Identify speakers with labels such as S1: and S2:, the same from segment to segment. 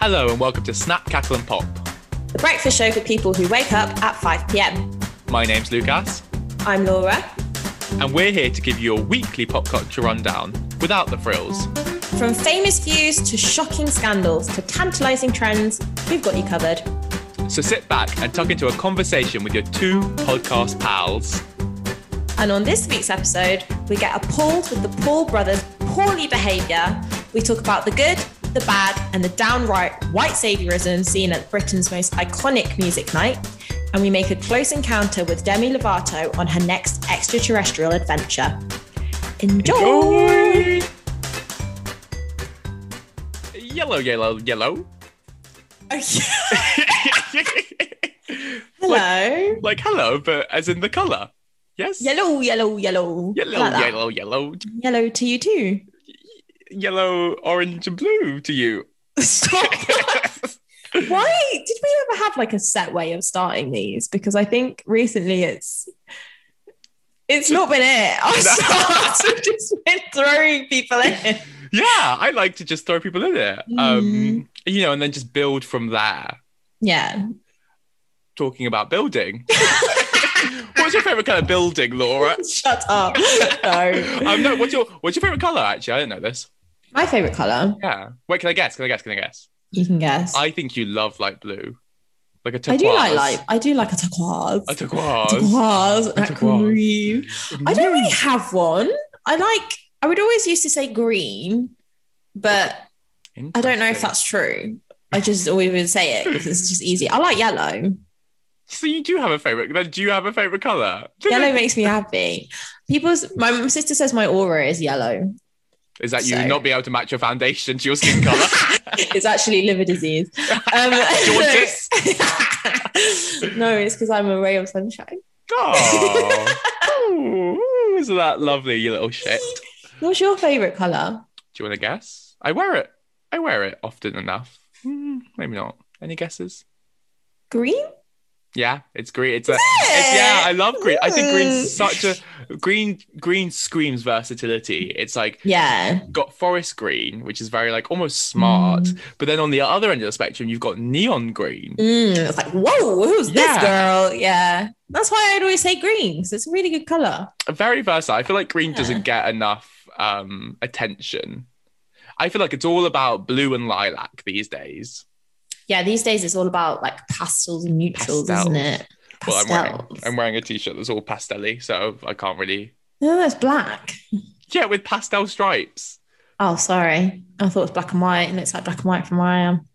S1: Hello and welcome to Snap, Cackle and Pop.
S2: the breakfast show for people who wake up at 5 pm.
S1: My name's Lucas,
S2: I'm Laura
S1: and we're here to give you a weekly pop culture rundown without the frills.
S2: From famous views to shocking scandals to tantalising trends, we've got you covered.
S1: So sit back and tuck into a conversation with your two podcast pals.
S2: And on this week's episode, we get appalled with the Paul brothers' poorly behaviour. We talk about the good, the bad, and the downright white saviorism seen at Britain's most iconic music night. And we make a close encounter with Demi Lovato on her next extraterrestrial adventure. Enjoy!
S1: Yellow, yellow, yellow.
S2: Hello.
S1: like hello, but as in the colour. Yes?
S2: Yellow, yellow, yellow.
S1: Yellow,
S2: Like that.
S1: yellow, yellow,
S2: Yellow to you too.
S1: yellow, orange, and blue to you.
S2: Stop. Why did we ever have like a set way of starting these? Because I think recently it's it's not been it. I've
S1: No.
S2: sort of just been throwing people in.
S1: yeah, I like to just throw people in there.
S2: Mm.
S1: Um, you know, and then just build from there.
S2: Yeah.
S1: Talking about building. what's your favourite colour building, Laura?
S2: Shut up. No.
S1: Um, no, what's your what's your favourite colour actually? I don't know this.
S2: My favorite color.
S1: Yeah. Wait, can I guess? Can I guess? Can I guess?
S2: You can guess. I,
S1: I think you love light blue. Like a
S2: do
S1: turquoise.
S2: like like I do like a turquoise.
S1: a turquoise.
S2: turquoise. That
S1: turquoise.
S2: green. I don't really have one. I like. I would always used to say green, but I don't know if that's true. I just always would say it because it's just easy. I like yellow.
S1: So you do have a favourite. Then do you have a favourite colour?
S2: Yellow makes me happy. People's my sister says my aura is yellow.
S1: Is that you
S2: So-
S1: not be able to match your foundation to your skin colour?
S2: It's actually liver disease. Um,
S1: you want this?
S2: no, it's because I'm a ray of sunshine.
S1: Oh. Ooh, isn't that lovely, you little shit?
S2: What's your favorite color?
S1: Do you want to guess? I wear it. I wear it often enough. Hmm, maybe not. Any guesses?
S2: Green.
S1: Yeah, it's green. It's a it's- Uh, yeah. I love green. I think green's
S2: Mm.
S1: such a green. Green screams versatility. It's like
S2: Yeah.
S1: got forest green, which is very like almost smart. But then on the other end of the spectrum, you've got neon green.
S2: Mm, it's like, whoa, who's this
S1: Yeah.
S2: girl? Yeah. That's why I'd always say green 'cause it's a really good color.
S1: Very versatile. I feel like green
S2: Yeah.
S1: doesn't get enough um attention. I feel like it's all about blue and lilac these days.
S2: Yeah, these days it's all about like pastels and neutrals, isn't
S1: Pastels.
S2: it?
S1: Well,
S2: Pastels.
S1: I'm wearing I'm wearing a t-shirt that's all pastelly, so I can't really.
S2: no, that's black.
S1: Yeah, with pastel stripes.
S2: Oh, sorry. I thought it was black and white. It looks like black and white um, from where I am.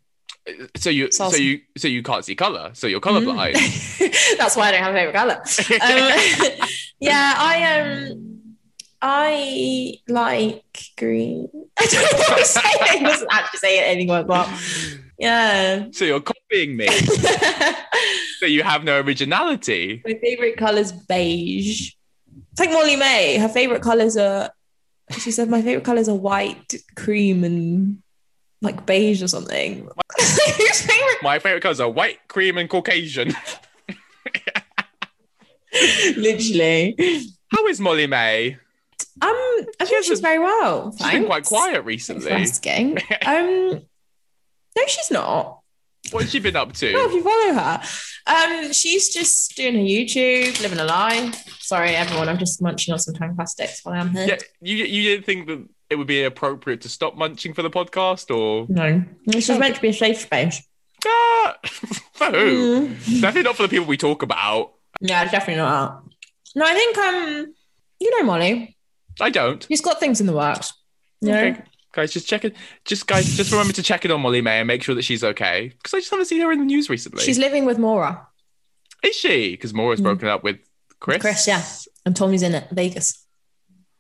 S1: So you
S2: It's
S1: so
S2: awesome.
S1: you so you can't see color, so you're colorblind.
S2: Mm. That's why I don't have a favorite color. Um, yeah, I um, I like green. I don't know what I'm saying. I wasn't actually saying anything like that. Yeah.
S1: So you're copying me. so you have no originality.
S2: My favorite color's beige. It's like Molly May. Her favorite colors are. She said my favorite colors are white, cream, and like beige or something. Whose favorite?
S1: My favorite colors are white, cream, and Caucasian.
S2: Literally.
S1: How is Molly May?
S2: Um, I think she's
S1: hasn't-
S2: very well.
S1: She's been quite
S2: thanks.
S1: quiet
S2: Thanks for
S1: recently.
S2: asking. Um, no, she's not.
S1: What's she been up
S2: Well, if
S1: to?
S2: you follow her, um, she's just doing her YouTube, living a life. Sorry, everyone. I'm just munching on some tang plastics while I'm here.
S1: Yeah, you you didn't think that it would be appropriate to stop munching for the podcast, or
S2: No, this was meant to be a safe space.
S1: ah, for who?
S2: Mm.
S1: Definitely not for the people we talk about.
S2: Yeah, definitely not. that. No, I think um, you know Molly.
S1: I don't.
S2: She's got things in the works. Yeah.
S1: Okay. Guys, just check it. Just guys, just remember to check in on Molly May and make sure that she's okay. Because I just haven't seen her in the news recently.
S2: She's living with Mora
S1: Is she? Because Maura's
S2: Mm.
S1: broken up with Chris.
S2: Chris, yeah. and Tommy's in it, Vegas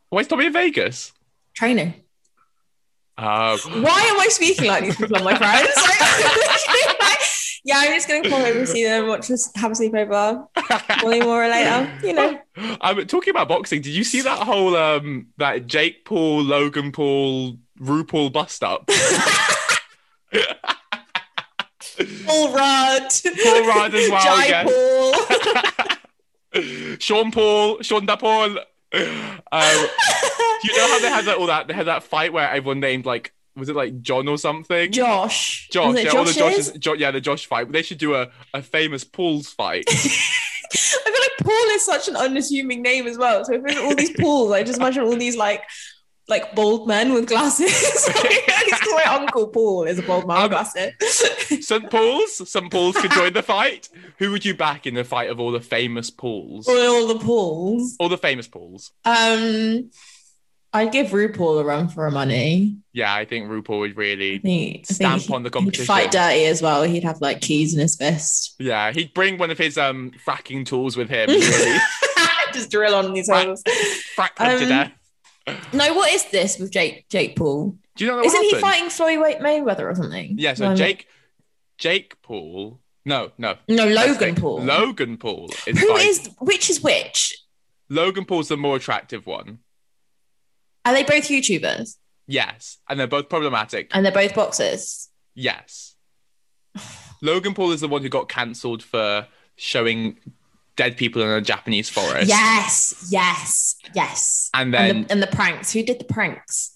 S1: Why is Tommy in Vegas?
S2: training.
S1: Oh,
S2: Why am I speaking like these people are my friends? Like, yeah, I'm just gonna come over and see them, watch us have a sleepover, Molly Mora later. You know,
S1: I'm talking about boxing. Did you see that whole um that Jake Paul, Logan Paul, RuPaul bust up?
S2: Paul Rudd,
S1: Paul Rudd as well,
S2: Jai
S1: yeah.
S2: Paul.
S1: Sean Paul, Sean Da Paul. Um, you know how they had that all that they had that fight where everyone named like was it like John or something?
S2: Josh.
S1: Josh,
S2: Isn't it
S1: yeah, all the
S2: Josh's?
S1: Josh's, jo- yeah, the Josh fight. They should do a, a famous Paul's fight.
S2: I feel like Paul is such an unassuming name as well. So if there's all these Pauls, I just imagine all these like like bald men with glasses. It's my uncle Paul is a bald man with glasses.
S1: St. Paul's, St. Paul's could join the fight. Who would you back in the fight of all the famous Pauls?
S2: Or all the Pauls.
S1: All the famous Pauls.
S2: Um, I'd give RuPaul a run for her money.
S1: Yeah, I think RuPaul would really.
S2: I think, I
S1: Stamp
S2: think he-
S1: on the
S2: He'd
S1: competition.
S2: fight dirty as well. He'd have like keys in his fist.
S1: Yeah, he'd bring one of his um fracking tools with him. Really.
S2: just drill on these
S1: Right.
S2: holes.
S1: Frack them to
S2: Um,
S1: death.
S2: No, what is this with Jake Jake Paul?
S1: Do you know what
S2: Isn't he
S1: happened?
S2: fighting Floyd Wa- Mayweather or something?
S1: Yeah, so
S2: Um,
S1: Jake, Jake Paul. No, no.
S2: No,
S1: that's
S2: Logan
S1: Jake-
S2: Paul.
S1: Logan Paul is
S2: Who
S1: fighting-
S2: is which is which?
S1: Logan Paul's the more attractive one.
S2: Are they both YouTubers
S1: Yes, and they're both problematic.
S2: and they're both boxers?
S1: Yes. Logan Paul is the one who got cancelled for showing dead people in a Japanese forest.
S2: Yes, yes, yes.
S1: And then
S2: And the, and the pranks. Who did the pranks?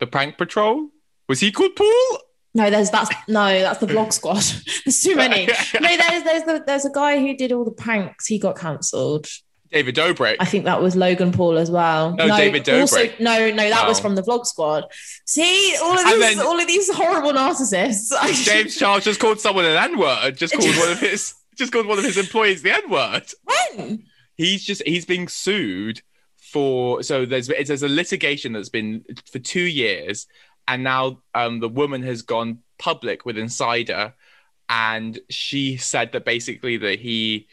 S1: the prank patrol. Was he called Paul?
S2: No, there's that's no, that's the vlog squad. there's too many. No, there's there's the, there's a guy who did all the pranks. He got cancelled.
S1: David Dobrik.
S2: I think that was Logan Paul as well.
S1: No, David Dobrik.
S2: Also, no, no, that was
S1: Oh.
S2: from the vlog squad. See, all of
S1: And
S2: these,
S1: then-
S2: all of these horrible narcissists.
S1: James Charles just called someone an N-word. Just called one of his just called one of his employees the N-word.
S2: when?
S1: he's just he's being sued for so there's it's- there's a litigation that's been for two years and now um the woman has gone public with insider and she said that basically that he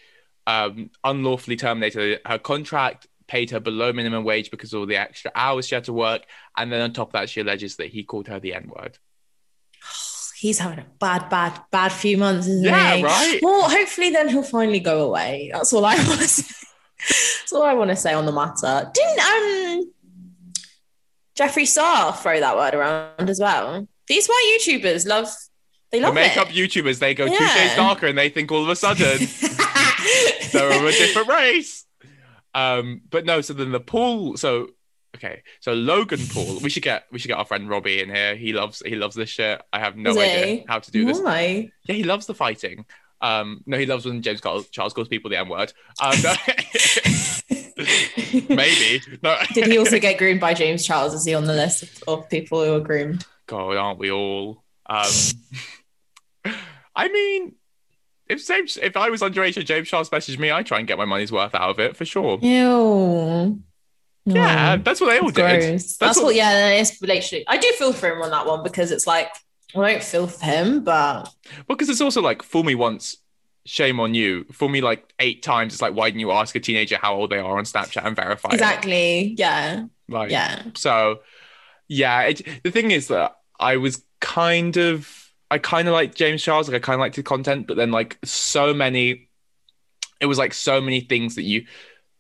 S1: um unlawfully terminated her contract paid her below minimum wage because of all the extra hours she had to work and then on top of that she alleges that he called her the n-word
S2: He's having a bad, bad, bad few months, isn't
S1: yeah
S2: he?
S1: right
S2: Well, hopefully then he'll finally go away. That's all I want to say. That's all I want to say on the matter. Didn't um Jeffree Star throw that word around as well? These white YouTubers love they
S1: the
S2: love it.
S1: makeup youtubers they go two
S2: Yeah.
S1: shades darker and they think all of a sudden they're of a different race. Um, but no, so then the Paul, so okay, so Logan Paul, we should get we should get our friend Robbie in here. He loves he loves this shit. I have no
S2: Does
S1: idea
S2: he?
S1: how to do this.
S2: Why?
S1: Yeah, he loves the fighting. Um, no, he loves when James Carl- Charles calls people the N word. Um, no, maybe no.
S2: Did he also get groomed by James Charles? Is he on the list of, of people who were groomed?
S1: God, aren't we all? Um, I mean, if James, if I was underage and James Charles messaged me, I try and get my money's worth out of it for sure.
S2: Ew.
S1: Yeah, that's what they all
S2: That's
S1: did.
S2: gross. That's,
S1: what-
S2: what, yeah, that is relationship. I do feel for him on that one because it's like, I don't feel for him, but
S1: Well, because it's also like fool me once, shame on you. Fool me like eight times. It's like why didn't you ask a teenager how old they are on Snapchat and verify? it?
S2: exactly. Yeah.
S1: Like
S2: Yeah.
S1: so. Yeah. It, the thing is that I was kind of I kind of like James Charles. Like I kind of liked his content, but then like so many, it was like so many things that you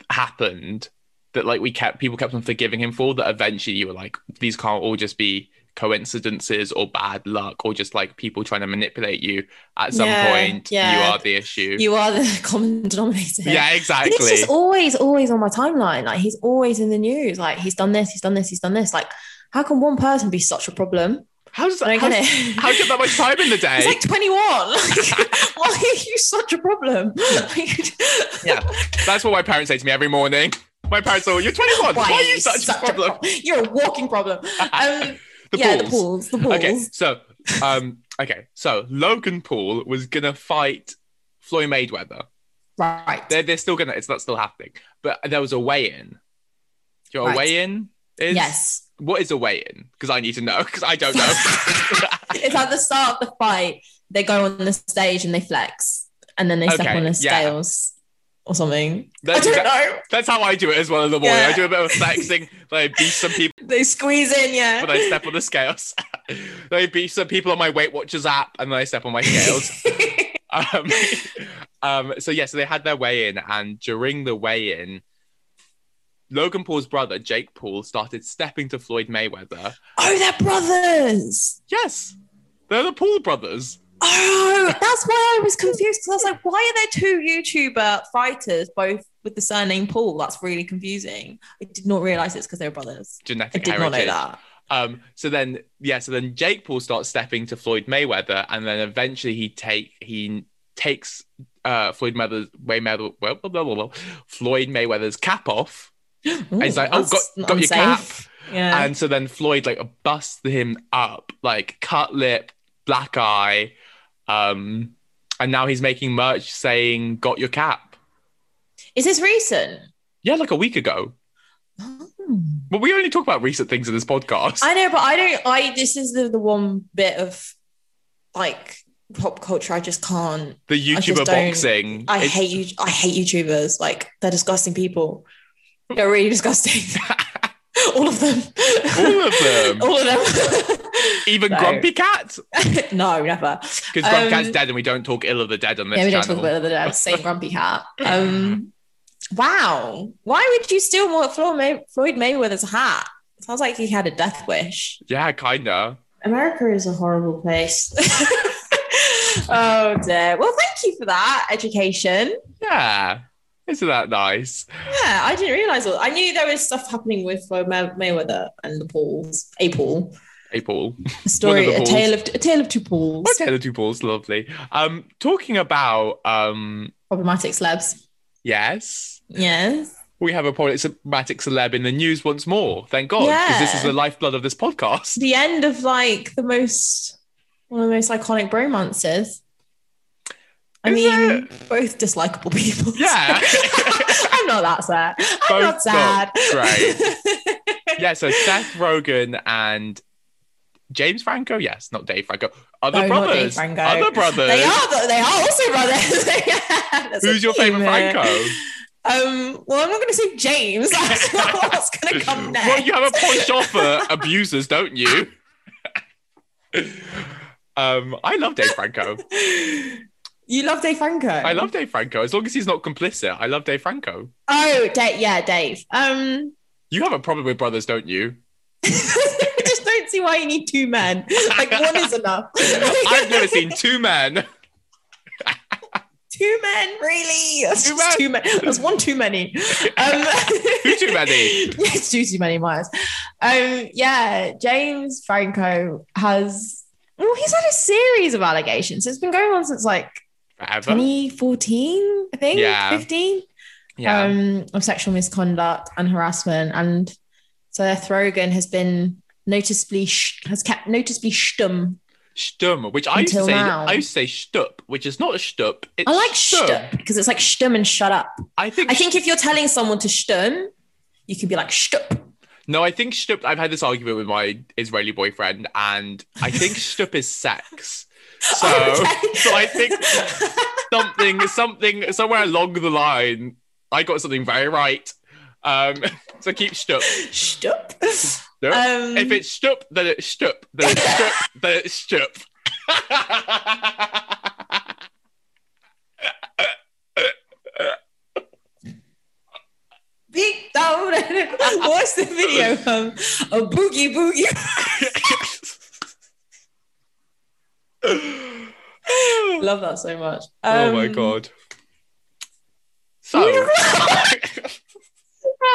S1: happened that like we kept people kept on forgiving him for that eventually you were like these can't all just be coincidences or bad luck or just like people trying to manipulate you at some
S2: Yeah,
S1: point you
S2: yeah.
S1: are the issue
S2: You are the common denominator. here.
S1: yeah
S2: And He's
S1: exactly
S2: just always, always on my timeline. Like he's always in the news. Like he's done this, he's done this, he's done this. Like, how can one person be such a problem?
S1: how does
S2: I
S1: that
S2: don't get
S1: how,
S2: it.
S1: how do you get that much time in the day
S2: He's like 21. Like, why are you such a problem?
S1: Yeah. that's what my parents say to me every morning my parents are you're 21 why, are you such, a problem
S2: pro- You're a walking problem. Um,
S1: the
S2: yeah, the
S1: balls.
S2: pools, the pools.
S1: Okay, so um, okay, so Logan Paul was gonna fight Floyd Mayweather.
S2: Right.
S1: They're they're still gonna it's that's still happening. But there was a weigh-in. Do you know what
S2: Right.
S1: a weigh-in is?
S2: yes.
S1: What is a weigh-in? Because I need to know because I don't know.
S2: It's at the start of the fight. They go on the stage and they flex, and then they step
S1: Okay,
S2: on the
S1: yeah.
S2: scales or something.
S1: that's,
S2: I don't
S1: that-
S2: know.
S1: that's how I do it as well in the morning. I
S2: Yeah.
S1: do a bit of flexing. I beat some people
S2: They squeeze in, yeah.
S1: when I step on the scales. I beat some people on my Weight Watchers app and then I step on my scales. um, um, so yeah, so they had their weigh in, and during the weigh in, Logan Paul's brother Jake Paul started stepping to Floyd Mayweather.
S2: oh, they're brothers.
S1: Yes, they're the Paul brothers.
S2: Oh, that's why I was confused because I was like, why are there two YouTuber fighters both with the surname Paul? That's really confusing. I did not realize it's because they're brothers. I
S1: Genetic
S2: did not know
S1: heritage.
S2: that.
S1: Um, so then, yeah, so then Jake Paul starts stepping to Floyd Mayweather, and then eventually he take he takes uh, Floyd Mayweather's Mayweather, well, blah, blah, blah, blah, Floyd Mayweather's cap off. and he's like, "Oh, got
S2: that's
S1: got your cap."
S2: unsafe. Yeah.
S1: And so then Floyd like busts him up, like cut lip, black eye, um, and now he's making merch saying "Got your cap."
S2: Is this recent? Hmm.
S1: Yeah, like a week ago. Hmm. But we only talk about recent things in this podcast.
S2: I know, but I don't. I this is the, the one bit of like pop culture I just can't.
S1: the
S2: just
S1: YouTuber
S2: don't-
S1: boxing.
S2: I
S1: It's-
S2: hate you. I hate YouTubers. Like they're disgusting people. They're really disgusting. All of them.
S1: all of them.
S2: All of them.
S1: Even
S2: No.
S1: Grumpy Cat,
S2: no, never.
S1: because Grumpy
S2: Um,
S1: Cat's dead, and we don't talk ill of the dead on this
S2: yeah, we don't
S1: channel.
S2: talk about the dead. Same grumpy cat. Um, wow. Why would you steal more Floyd, May- Floyd Mayweather's hat? Sounds like he had a death wish.
S1: yeah, kinda.
S2: America is a horrible place. oh dear. Well, thank you for that education.
S1: Yeah, isn't that nice?
S2: Yeah, I didn't realize. All- I knew there was stuff happening with Floyd May- Mayweather and the Pauls. A Paul.
S1: Hey, Paul.
S2: A story.
S1: the
S2: A
S1: Pauls.
S2: tale of a tale of two Pauls.
S1: Oh, Taylor two Paul's lovely. Um, talking about um,
S2: Problematic celebs.
S1: yes.
S2: Yes.
S1: We have a problematic celeb in the news once more. Thank God, because this
S2: Yeah.
S1: is the lifeblood of this podcast.
S2: The end of like the most one of the most iconic bromances. I
S1: Is
S2: mean, both dislikable people.
S1: Yeah.
S2: I'm not that sad.
S1: Both
S2: I'm not sad.
S1: not yeah, so Seth Rogen and James Franco, yes, not Dave Franco, other
S2: No, not
S1: brothers,
S2: Dave Franco.
S1: other brothers.
S2: They are. th- They are also brothers. That's
S1: Who's
S2: a
S1: your favorite
S2: theme here.
S1: Franco?
S2: Um. Well, I'm not going to say James. That's not what's going to come next.
S1: Well, you have a point off for abusers, don't you? um, I love Dave Franco.
S2: You love Dave Franco.
S1: I love Dave Franco. As long as he's not complicit, I love Dave Franco.
S2: Oh, Dave. Yeah, Dave. Um.
S1: You have a problem with brothers, don't you?
S2: I just don't see why you need two men. Like one is enough.
S1: I've never seen two men.
S2: two men, really? That's
S1: Two
S2: just two men. That's one too many. Um,
S1: Who too many?
S2: Yeah, it's too, too many miles. Um, yeah, James Franco has. Well, he's had a series of allegations. It's been going on since like
S1: Forever.
S2: 2014, I think,
S1: Yeah.
S2: 15,
S1: yeah.
S2: um, of sexual misconduct and harassment. And Seth Rogen has been noticeably sh- has kept noticeably stum.
S1: Stum, which I used to
S2: until
S1: say,
S2: now.
S1: I used to say stup, which is not a stup. It's
S2: I like stum because it's like stum and shut up.
S1: I think,
S2: I think if you're telling someone to stum, you can be like shtup.
S1: no, I think stup. I've had this argument with my Israeli boyfriend, and I think stup is sex. So,
S2: Okay.
S1: so I think something, something, somewhere along the line, I got something very right. Um, so keep stup.
S2: shtup.
S1: Stup.
S2: Um,
S1: if it's stup, then it's stup. Then it's stup. then it's stup.
S2: Big down. What's the video from? A boogie boogie. Love that so much.
S1: oh my
S2: Um,
S1: god. So,
S2: Oh What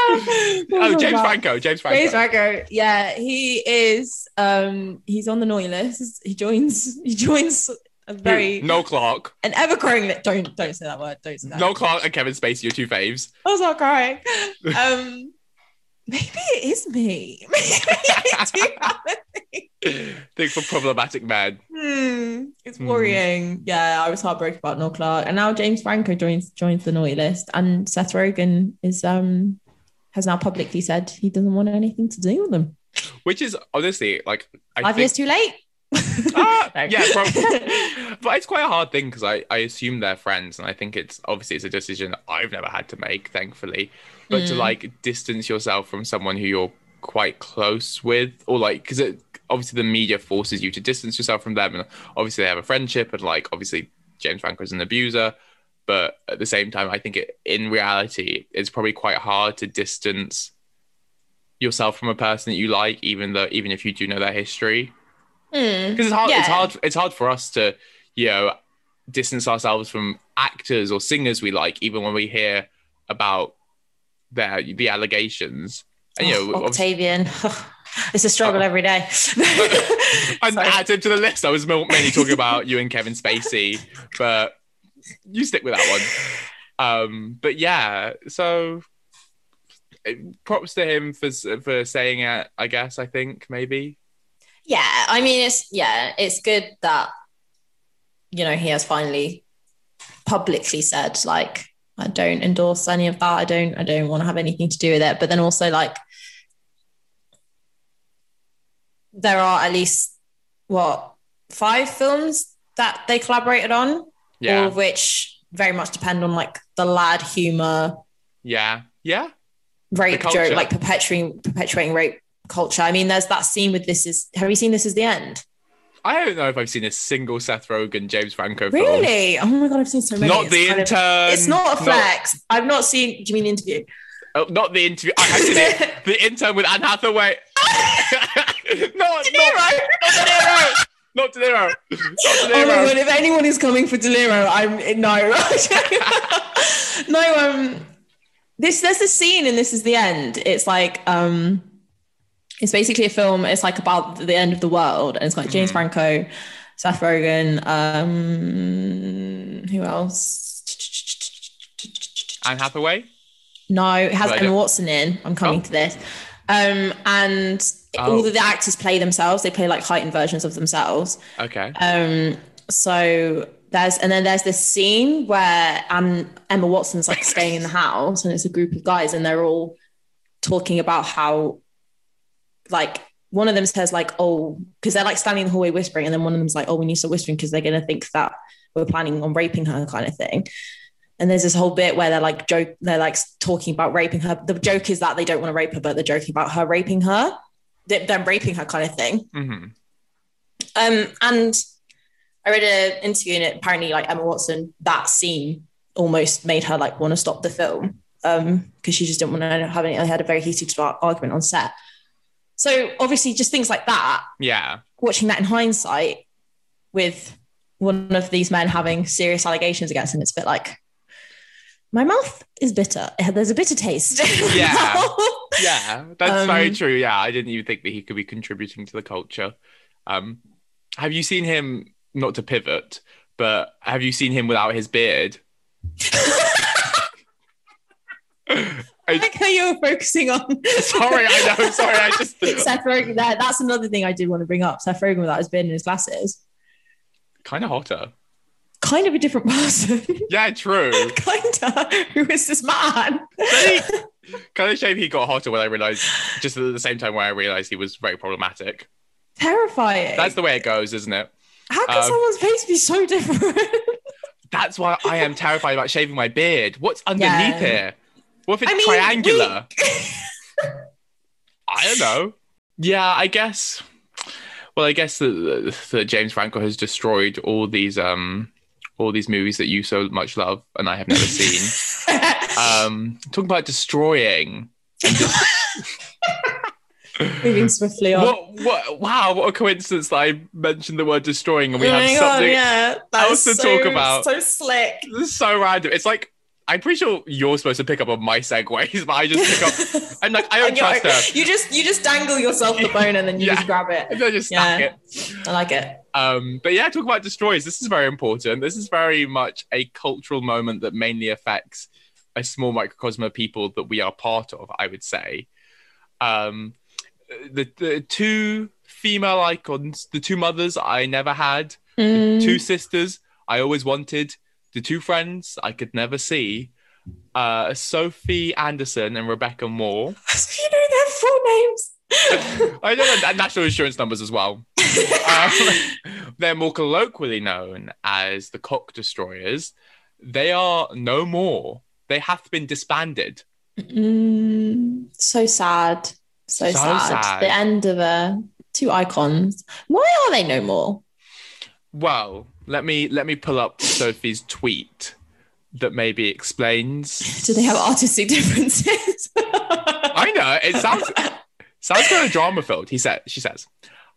S2: was
S1: oh,
S2: I
S1: James
S2: about?
S1: Franco, James Franco.
S2: James Franco. Yeah, he is. Um, he's on the naughty list. He joins. He joins a
S1: Who?
S2: very
S1: Noel Clark.
S2: an ever growing. Li- don't don't say that word. Don't say that.
S1: Noel Clark and Kevin Spacey, your two faves.
S2: I was not crying. Um, maybe it is me. Maybe I do have it.
S1: Think for problematic men.
S2: Hmm, it's
S1: Hmm.
S2: worrying. Yeah, I was heartbroken about Noel Clark, and now James Franco joins joins the naughty list, and Seth Rogen is um has now publicly said he doesn't want anything to do with them.
S1: Which is honestly like I
S2: Five
S1: think
S2: years too late.
S1: Ah,
S2: No.
S1: yeah, prob- but it's quite a hard thing because I, I assume they're friends, and I think it's obviously it's a decision I've never had to make, thankfully. But to
S2: Mm.
S1: like distance yourself from someone who you're quite close with, or like because it obviously the media forces you to distance yourself from them, and obviously they have a friendship, and like obviously James Franco is an abuser, but at the same time, I think it, in reality it's probably quite hard to distance yourself from a person that you like, even though even if you do know their history
S2: Hmm.
S1: because it's hard it's
S2: Yeah.
S1: hard it's hard for us to you know distance ourselves from actors or singers we like even when we hear about their the allegations and you know
S2: Oh,
S1: obviously-
S2: Octavian. It's a struggle every day.
S1: And
S2: Sorry.
S1: add him to the list. I was mo- mainly talking about you and Kevin Spacey, but you stick with that one. Um, but yeah, so eh, props to him for s- for saying it. I guess I think maybe.
S2: yeah, I mean, it's yeah, it's good that you know he has finally publicly said like I don't endorse any of that. I don't. I don't want to have anything to do with it. But then also like there are at least what five films that they collaborated on, all
S1: Yeah,
S2: of which very much depend on like the lad humor
S1: yeah, yeah,
S2: rape
S1: The culture.
S2: joke, like perpetuating perpetuating rape culture. I mean, there's that scene with this is have you seen this is the end?
S1: I don't know if I've seen a single Seth Rogen James Franco film.
S2: Really? Oh my god, I've seen so many.
S1: Not
S2: It's
S1: the
S2: kind of-
S1: intern.
S2: it's not a flex. I've not seen. Do you mean interview?
S1: Not, oh, not the interview. I, I seen it. The intern with Anne Hathaway. no,
S2: De
S1: not,
S2: Niro.
S1: not De Niro. Not De
S2: Oh my
S1: Niro.
S2: god! If anyone is coming for Deliro, I'm no. no. Um. This there's a scene, and this is the end. It's like um. It's basically a film. It's like about the end of the world, and it's like James
S1: Mhm.
S2: Franco, Seth Rogen. Um. Who else?
S1: Anne Hathaway.
S2: No, it has
S1: Right,
S2: Emma
S1: yeah.
S2: Watson in. I'm coming
S1: Oh.
S2: to this. Um, and
S1: Oh.
S2: all of the actors play themselves. They play like heightened versions of themselves.
S1: Okay.
S2: Um, so there's and then there's this scene where um, Emma Watson's like staying in the house, and it's a group of guys, and they're all talking about how, like, one of them says like, "Oh," because they're like standing in the hallway whispering, and then one of them's like, "Oh, we need to stop whispering because they're gonna think that we're planning on raping her," kind of thing. And there's this whole bit where they're like joke, they're like talking about raping her. The joke is that they don't want to rape her, but they're joking about her raping her, th- them raping her, kind of thing.
S1: hmm
S2: Um, and I read an interview, and it, apparently, like Emma Watson, that scene almost made her like want to stop the film because she just didn't want to have any. I had a very heated ar- argument on set. So obviously, just things like that.
S1: Yeah.
S2: Watching that in hindsight, with one of these men having serious allegations against him, it's a bit like my mouth is bitter. There's a bitter taste.
S1: Yeah. Yeah. That's very
S2: Um,
S1: true. Yeah. I didn't even think that he could be contributing to the culture. Um, have you seen him, not to pivot, but have you seen him without his beard?
S2: I like how you're focusing on.
S1: Sorry, I know. Sorry, I just.
S2: Seth Rogen. That, that's another thing I did want to bring up. Seth Rogen without his beard and his glasses,
S1: Kind of hotter.
S2: kind of a different person.
S1: Yeah, true.
S2: Kinda. Who is this man?
S1: kind of shame he got hotter when I realized, just at the same time where I realized he was very problematic.
S2: Terrifying.
S1: That's the way it goes, isn't it?
S2: how can
S1: um,
S2: someone's face be so different?
S1: That's why I am terrified about shaving my beard. What's underneath
S2: Yeah.
S1: here? What if it's
S2: I mean,
S1: triangular? I don't know. Yeah, I guess. Well, I guess that that James Franco has destroyed all these um all these movies that you so much love and I have never seen. um, talking about destroying.
S2: Moving swiftly on.
S1: What, what? Wow! What a coincidence that I mentioned the word destroying and we
S2: Oh
S1: have
S2: my God,
S1: something
S2: yeah, That
S1: else
S2: was
S1: to talk about.
S2: So slick.
S1: This is so random. It's like I'm pretty sure you're supposed to pick up on my segues, but I just pick up. I'm like, I don't
S2: And you're-
S1: trust her.
S2: You just you just dangle yourself the bone and then you
S1: Yeah.
S2: just grab it.
S1: And I just stack
S2: Yeah.
S1: it.
S2: I like it.
S1: Um, but yeah, talk about destroys. This is very important. This is very much a cultural moment that mainly affects a small microcosm of people that we are part of. I would say, um, the the two female icons, the two mothers I never had, the
S2: Mm.
S1: two sisters I always wanted, the two friends I could never see, uh, Sophie Anderson and Rebecca Moore.
S2: you know their full names.
S1: I know their national insurance numbers as well. Um, they're more colloquially known as the Cock Destroyers. They are no more. They have been disbanded.
S2: Mm, so sad. So,
S1: So
S2: sad.
S1: sad.
S2: The end of a two icons. Why are they no more?
S1: Well, let me let me pull up Sophie's tweet that maybe explains.
S2: Do they have artistic differences?
S1: I know it sounds sounds kind of drama filled. He said, she says,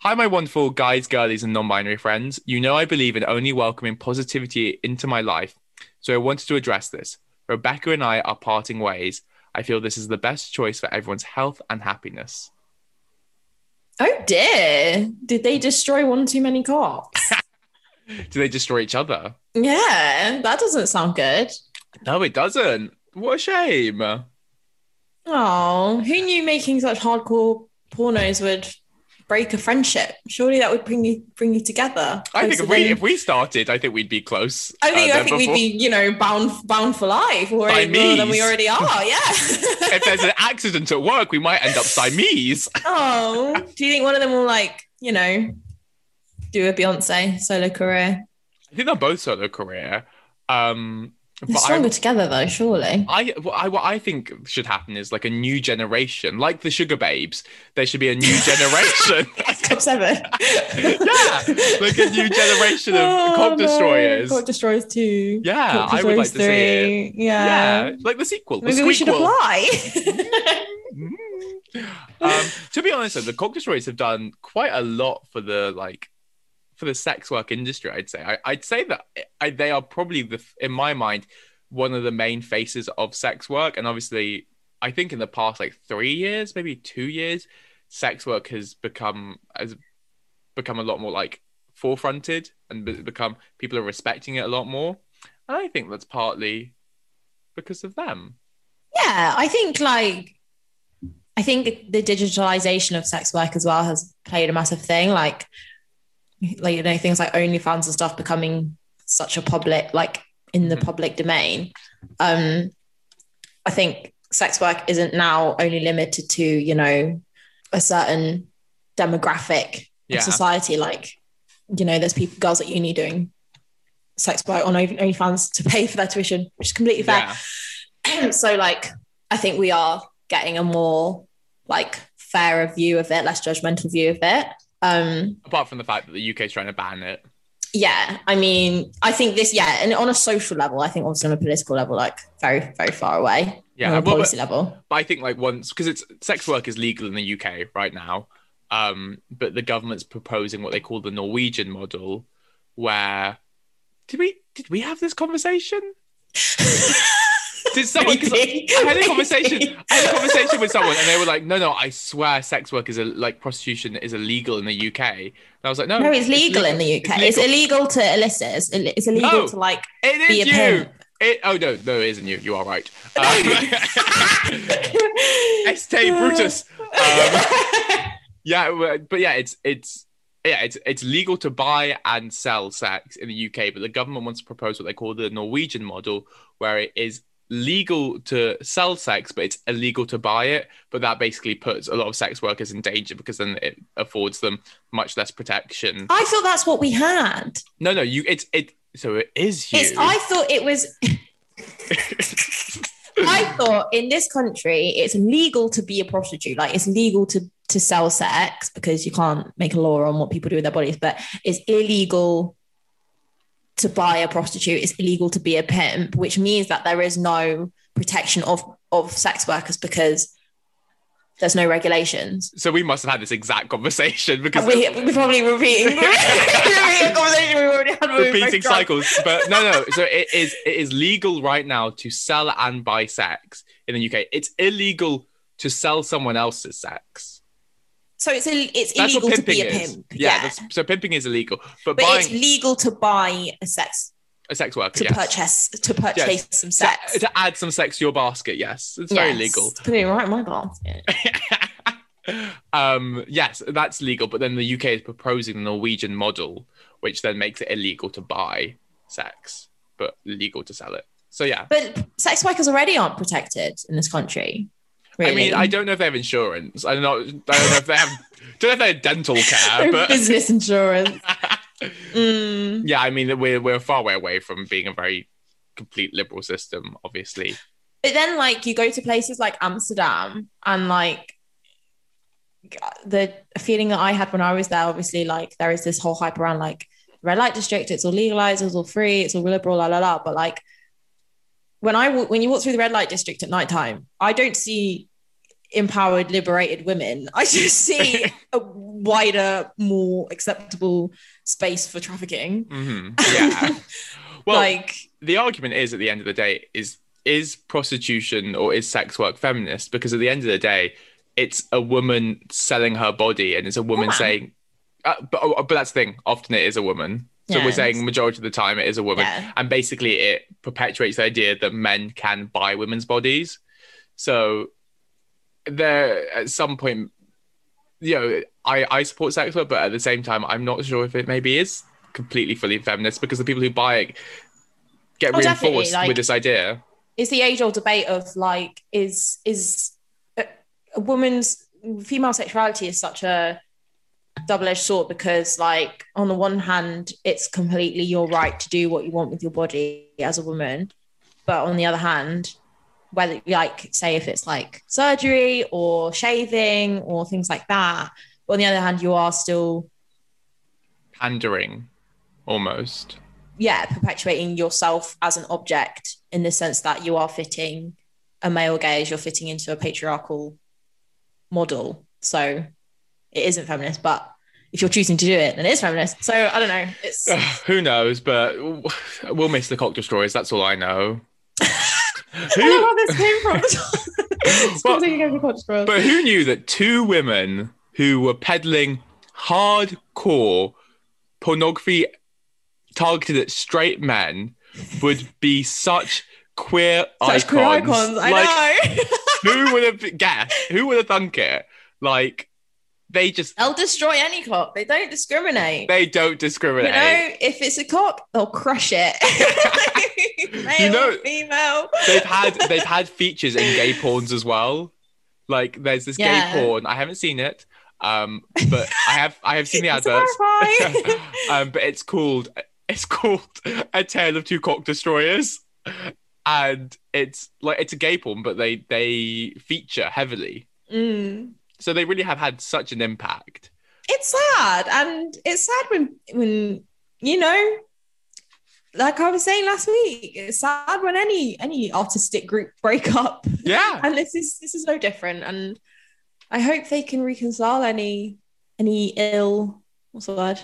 S1: "Hi, my wonderful guys, girlies, and non-binary friends. You know I believe in only welcoming positivity into my life, so I wanted to address this. Rebecca and I are parting ways. I feel this is the best choice for everyone's health and happiness."
S2: Oh dear. Did they destroy one too many cops?
S1: Do they destroy each other?
S2: yeah, that doesn't sound good.
S1: No, it doesn't. What a shame.
S2: Oh, who knew making such hardcore pornos would break a friendship? Surely that would bring you bring you together.
S1: I think
S2: closer
S1: if we
S2: than-
S1: if we started, I think we'd be close.
S2: I think
S1: uh,
S2: I
S1: than
S2: think we'd
S1: before.
S2: be, you know, bound bound for life or
S1: By
S2: even more than we
S1: knees.
S2: already are.
S1: If
S2: Yeah.
S1: there's an accident at work, we might end up Siamese.
S2: oh, do you think one of them will like, you know, do a Beyonce solo career?
S1: I think they're both solo career. Um,
S2: They're
S1: but
S2: stronger
S1: I,
S2: together though, surely.
S1: I, what I, what I think should happen is like a new generation, like the Sugar Babes. There should be a new generation.
S2: Top seven.
S1: yeah, like a new generation of cop destroyers.
S2: Oh, No. Cop destroyers two.
S1: Yeah,
S2: Cop
S1: I would like
S2: destroyers
S1: to see it.
S2: three. Yeah.
S1: Yeah, like the sequel.
S2: Maybe
S1: the
S2: we should
S1: squeakquel.
S2: apply.
S1: Mm. um, to be honest, though, the cock destroyers have done quite a lot for the like for the sex work industry. I'd say I, I'd say that I, they are probably the in my mind one of the main faces of sex work, and obviously, I think in the past like three years, maybe two years, sex work has become has become a lot more like forefronted and be- become people are respecting it a lot more, and I think that's partly because of them.
S2: Yeah, I think like I think the digitalization of sex work as well has played a massive thing. Like, like you know, things like OnlyFans and stuff becoming such a public, like in the
S1: Mhm.
S2: public domain. Um, I think sex work isn't now only limited to you know a certain demographic
S1: Yeah.
S2: of society. Like, you know, there's people, girls at uni doing sex work on Only- OnlyFans to pay for their tuition, which is completely fair.
S1: Yeah.
S2: so like i think we are getting a more like fairer view of it less judgmental view of it um
S1: Apart from the fact that the UK is trying to ban it.
S2: yeah i mean i think this yeah and on a social level i think also on a political level like very very far away
S1: Yeah,
S2: on a
S1: well,
S2: policy level
S1: But I think like once because it's sex work is legal in the UK right now, um, but the government's proposing what they call the Norwegian model, where did we did we have this conversation? Did someone? 'cause I I had a conversation. I had a conversation with someone, and they were like, "No, no, I swear, sex work is a, like prostitution is illegal in the UK." And I was like, "No,
S2: no it's legal in the uk it's
S1: legal.
S2: illegal to illicit it's, ill- it's illegal
S1: No.
S2: to like
S1: It
S2: be
S1: is
S2: a
S1: you.
S2: pimp
S1: It, oh no, no, it isn't you. You are right. Um,
S2: No.
S1: Este Brutus. Um, Yeah, well, but yeah, it's it's yeah, it's it's legal to buy and sell sex in the UK, but the government wants to propose what they call the Norwegian model, where it is legal to sell sex, but it's illegal to buy it. But that basically puts a lot of sex workers in danger because then it affords them much less protection.
S2: i thought that's what we had
S1: No, no, you it's it so it is you.
S2: It's, I thought it was. I thought in this country it's legal to be a prostitute. Like it's legal to to sell sex because you can't make a law on what people do with their bodies, but it's illegal to buy a prostitute. It's illegal to be a pimp, which means that there is no protection of of sex workers because there's no regulations.
S1: so we must have had this exact conversation because
S2: We, we're probably repeating, repeating a conversation we already had. when we were
S1: repeating
S2: both drunk.
S1: cycles. But no, no. So it is it is legal right now to sell and buy sex in the UK. It's illegal to sell someone else's sex.
S2: So it's Ill- it's
S1: That's
S2: illegal
S1: what
S2: to
S1: pimping
S2: be a
S1: is.
S2: pimp.
S1: Yeah. that's- so pimping is illegal, but,
S2: but it's
S1: buying
S2: legal to buy a sex
S1: a sex worker
S2: to
S1: yes.
S2: purchase to purchase
S1: Yes.
S2: some
S1: To-
S2: sex.
S1: To, add some sex to your basket. Yes, it's very legal.
S2: Put it right in my basket.
S1: um, yes, that's legal. But then the UK is proposing the Norwegian model, which then makes it illegal to buy sex, but legal to sell it. So yeah.
S2: But sex workers already aren't protected in this country.
S1: I mean, I don't know if they have insurance. I don't know. I don't know if they have. don't know if they have dental care, but
S2: business insurance. Mm.
S1: yeah, I mean, we're we're far way away from being a very complete liberal system, obviously.
S2: But then, like, you go to places like Amsterdam and like the feeling that I had when I was there, obviously, like, there is this whole hype around like red light district, it's all legalized, it's all free, it's all liberal, la la la. But like, when I wa- when you walk through the red light district at nighttime, I don't see empowered, liberated women. I just see a wider, more acceptable space for trafficking.
S1: hmm Yeah. Well,
S2: like,
S1: the argument is at the end of the day is is prostitution or is sex work feminist? Because at the end of the day, it's a woman selling her body and it's a woman
S2: Woman.
S1: saying uh, but, oh, but that's the thing often it is a woman so
S2: Yeah.
S1: we're saying majority of the time it is a woman
S2: Yeah.
S1: and basically it perpetuates the idea that men can buy women's bodies so there at some point you know i i support sex work but at the same time i'm not sure if it maybe is completely fully feminist because the people who buy it get
S2: Oh, definitely,
S1: reinforced
S2: like-
S1: with this idea
S2: It's the age old debate of like, is is a, a woman's female sexuality is such a double edged sword because, like, on the one hand, it's completely your right to do what you want with your body as a woman, but on the other hand, whether like say if it's like surgery or shaving or things like that, but on the other hand, you are still
S1: pandering almost
S2: yeah, perpetuating yourself as an object in the sense that you are fitting a male gaze, you're fitting into a patriarchal model. So it isn't feminist, but if you're choosing to do it, then it is feminist. So I don't know. It's
S1: Ugh, who knows? But we'll miss the cock destroyers. That's all I know.
S2: I don't know
S1: who,
S2: where this came from. It's
S1: But-
S2: causing a culture war.
S1: but who knew that two women who were peddling hardcore pornography targeted at straight men would be such queer
S2: Such queer icons. I
S1: like,
S2: know.
S1: who would have guessed? Who would have thunk it? Like, they just
S2: They'll destroy any cock. They don't discriminate.
S1: they don't
S2: you
S1: discriminate.
S2: know, if it's a cock, they'll crush it. Male,
S1: You know-
S2: female.
S1: they've had they've had features in gay porns as well. Like there's this
S2: Yeah.
S1: gay porn. I haven't seen it, um, but I have I have seen the
S2: It's
S1: adverts.
S2: horrifying.
S1: um, but it's called it's called A Tale of Two Cock Destroyers, and it's like it's a gay porn, but they they feature heavily.
S2: Mm.
S1: So they really have had such an impact.
S2: it's sad and it's sad when when you know like i was saying last week it's sad when any any artistic group break up
S1: Yeah,
S2: and this is this is no different and i hope they can reconcile any any ill what's the word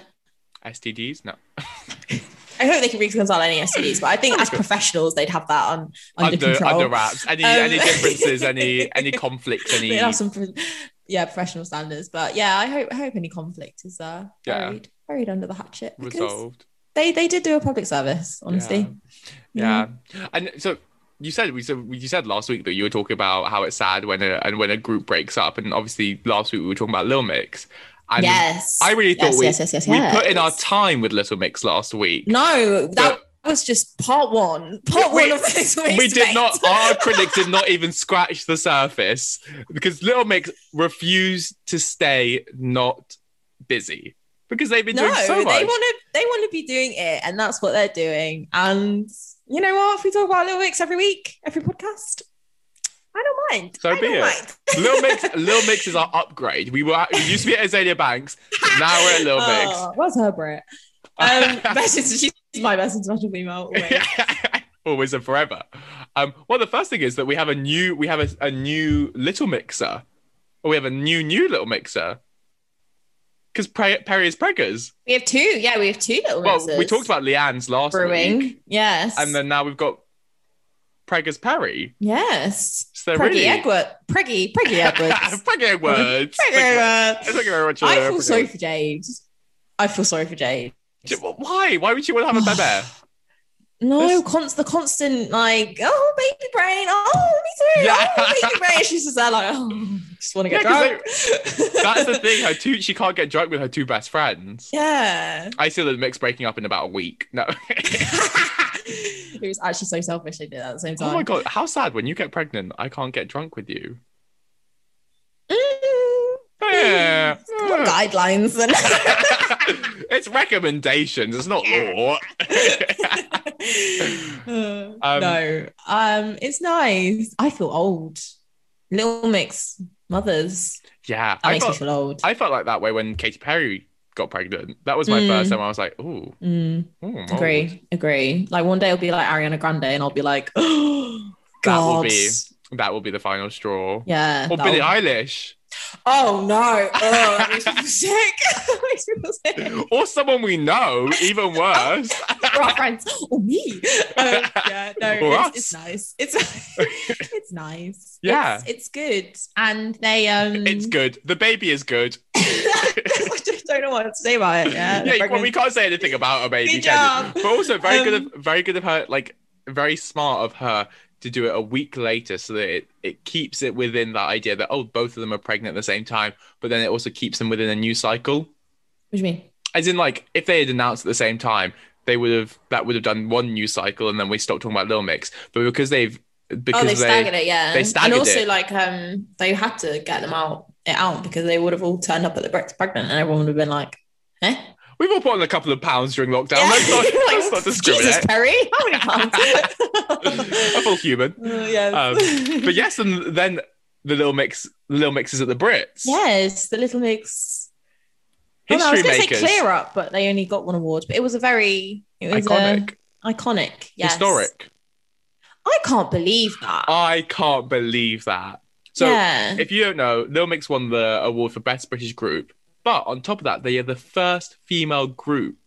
S1: STDs. No,
S2: i hope they can reconcile any stds but i think as professionals they'd have that on under,
S1: under
S2: control
S1: under wraps. Any
S2: Um,
S1: any differences? any any conflicts? Any
S2: They'd have some pro- yeah professional standards but yeah i hope I hope any conflict is uh
S1: Yeah.
S2: buried, buried under the hatchet because-
S1: resolved?
S2: they they did do a public service honestly Mm-hmm.
S1: Yeah. And so you said we so you said last week that you were talking about how it's sad when a and when a group breaks up, and obviously last week we were talking about Lil Mix. And
S2: yes
S1: I really thought
S2: yes,
S1: we
S2: yes yes yes
S1: we
S2: yes.
S1: put in our time with Little Mix last week.
S2: no that
S1: But-
S2: was just part one part
S1: We-
S2: one of this week's
S1: We did
S2: debate.
S1: not. Our critics did not even scratch the surface because Little Mix refused to stay not busy because they've been
S2: no
S1: doing so much.
S2: they want to they want to be doing it and that's what they're doing and you know what if we talk about little mix every week every podcast i don't mind
S1: So
S2: I
S1: be
S2: don't
S1: it.
S2: mind.
S1: Lil Mix, Lil Mix is our upgrade. We were we used to be at Azalea Banks. Now we're at Lil
S2: oh, where's her brit um best, she's my best international female always.
S1: always and forever. Um, well, the first thing is that we have a new we have a, a new little mixer, or we have a new new little mixer. Because Pre- Perry is preggers.
S2: we have two yeah we have two little
S1: Well, we
S2: mixes.
S1: talked about Leanne's last
S2: brewing
S1: week,
S2: yes
S1: and then now we've got preggers Perry.
S2: Yes.
S1: So they're
S2: Preggy
S1: really
S2: Edward. Preggy, Preggy Edwards.
S1: Preggy Edwards.
S2: Preggy
S1: Thank
S2: Edwards.
S1: you thank you very much.
S2: I
S1: uh,
S2: feel
S1: Preggy
S2: sorry
S1: Edwards.
S2: for Jade. I feel sorry for Jade.
S1: J- Why? Why would you want to have a bebe?
S2: No,
S1: This-
S2: const- the constant like, oh baby brain, oh me too,
S1: Yeah.
S2: oh baby brain. She's just there like, oh, just want to get
S1: Yeah, 'cause
S2: drunk.
S1: That's the thing. Her two. She can't get drunk with her two best friends.
S2: yeah.
S1: I see the mix breaking up in about a week. No.
S2: it was actually so selfish they did that at the same time.
S1: Oh my god, how sad when you get pregnant, I can't get drunk with you.
S2: Mm,
S1: Yeah.
S2: more guidelines than
S1: Eh. it's recommendations, it's not law.
S2: Uh,
S1: Um,
S2: no, um, it's nice. I feel old. Little Mix mothers.
S1: yeah,
S2: That
S1: I
S2: makes me
S1: felt,
S2: feel old.
S1: I felt like that way when Katy Perry got pregnant. That was my
S2: Mm.
S1: first time I was like, ooh, hmm,
S2: Mm,
S1: ooh, I'm old.
S2: agree, agree. Like one day I'll be like Ariana Grande, and I'll be like,
S1: That will
S2: God.
S1: be- That will be the final straw.
S2: yeah.
S1: or
S2: that'll-
S1: Billie Eilish.
S2: Oh no! Oh, it makes me feel sick. It makes me feel sick.
S1: or someone we know, even
S2: Oh,
S1: worse.
S2: for our friends or me. Um, yeah, no,
S1: Or
S2: it's,
S1: us.
S2: it's nice. It's it's nice.
S1: Yeah.
S2: it's, it's good, and they um.
S1: it's good. The baby is good.
S2: I just don't know what to say about it. Yeah,
S1: Yeah, well, we can't say anything about a baby.
S2: Good
S1: can we?
S2: job.
S1: But also very good
S2: Um,
S1: of very good of her, like very smart of her to do it a week later so that it, it keeps it within that idea that oh both of them are pregnant at the same time, but then it also keeps them within a new cycle.
S2: What do you mean?
S1: As in like if they had announced at the same time, they would have that would have done one new cycle and then we stopped talking about Lil Mix. But because they've because
S2: oh, they,
S1: they
S2: staggered it. Yeah,
S1: they staggered
S2: and also
S1: it.
S2: like um, they had to get them out it out because they would have all turned up at the Brits pregnant, and everyone would have been like, "Eh."
S1: We've all put on a couple of pounds during lockdown.
S2: Yeah.
S1: Let's, not, let's
S2: Like,
S1: not
S2: Jesus,
S1: discriminate.
S2: Perry, how many
S1: a
S2: pounds?
S1: full human.
S2: Uh, yes.
S1: Um, But yes, and then the little mix, the little mix is at the Brits.
S2: yes, the Little Mix Oh, no, I
S1: History
S2: was going to
S1: makers,
S2: say Clear Up, but they only got one award. But it was a very it was
S1: iconic,
S2: a, iconic, um, yes.
S1: historic.
S2: I can't believe that.
S1: I can't believe that. So,
S2: yeah,
S1: if you don't know, Lil Mix won the award for best British group. But on top of that, they are the first female group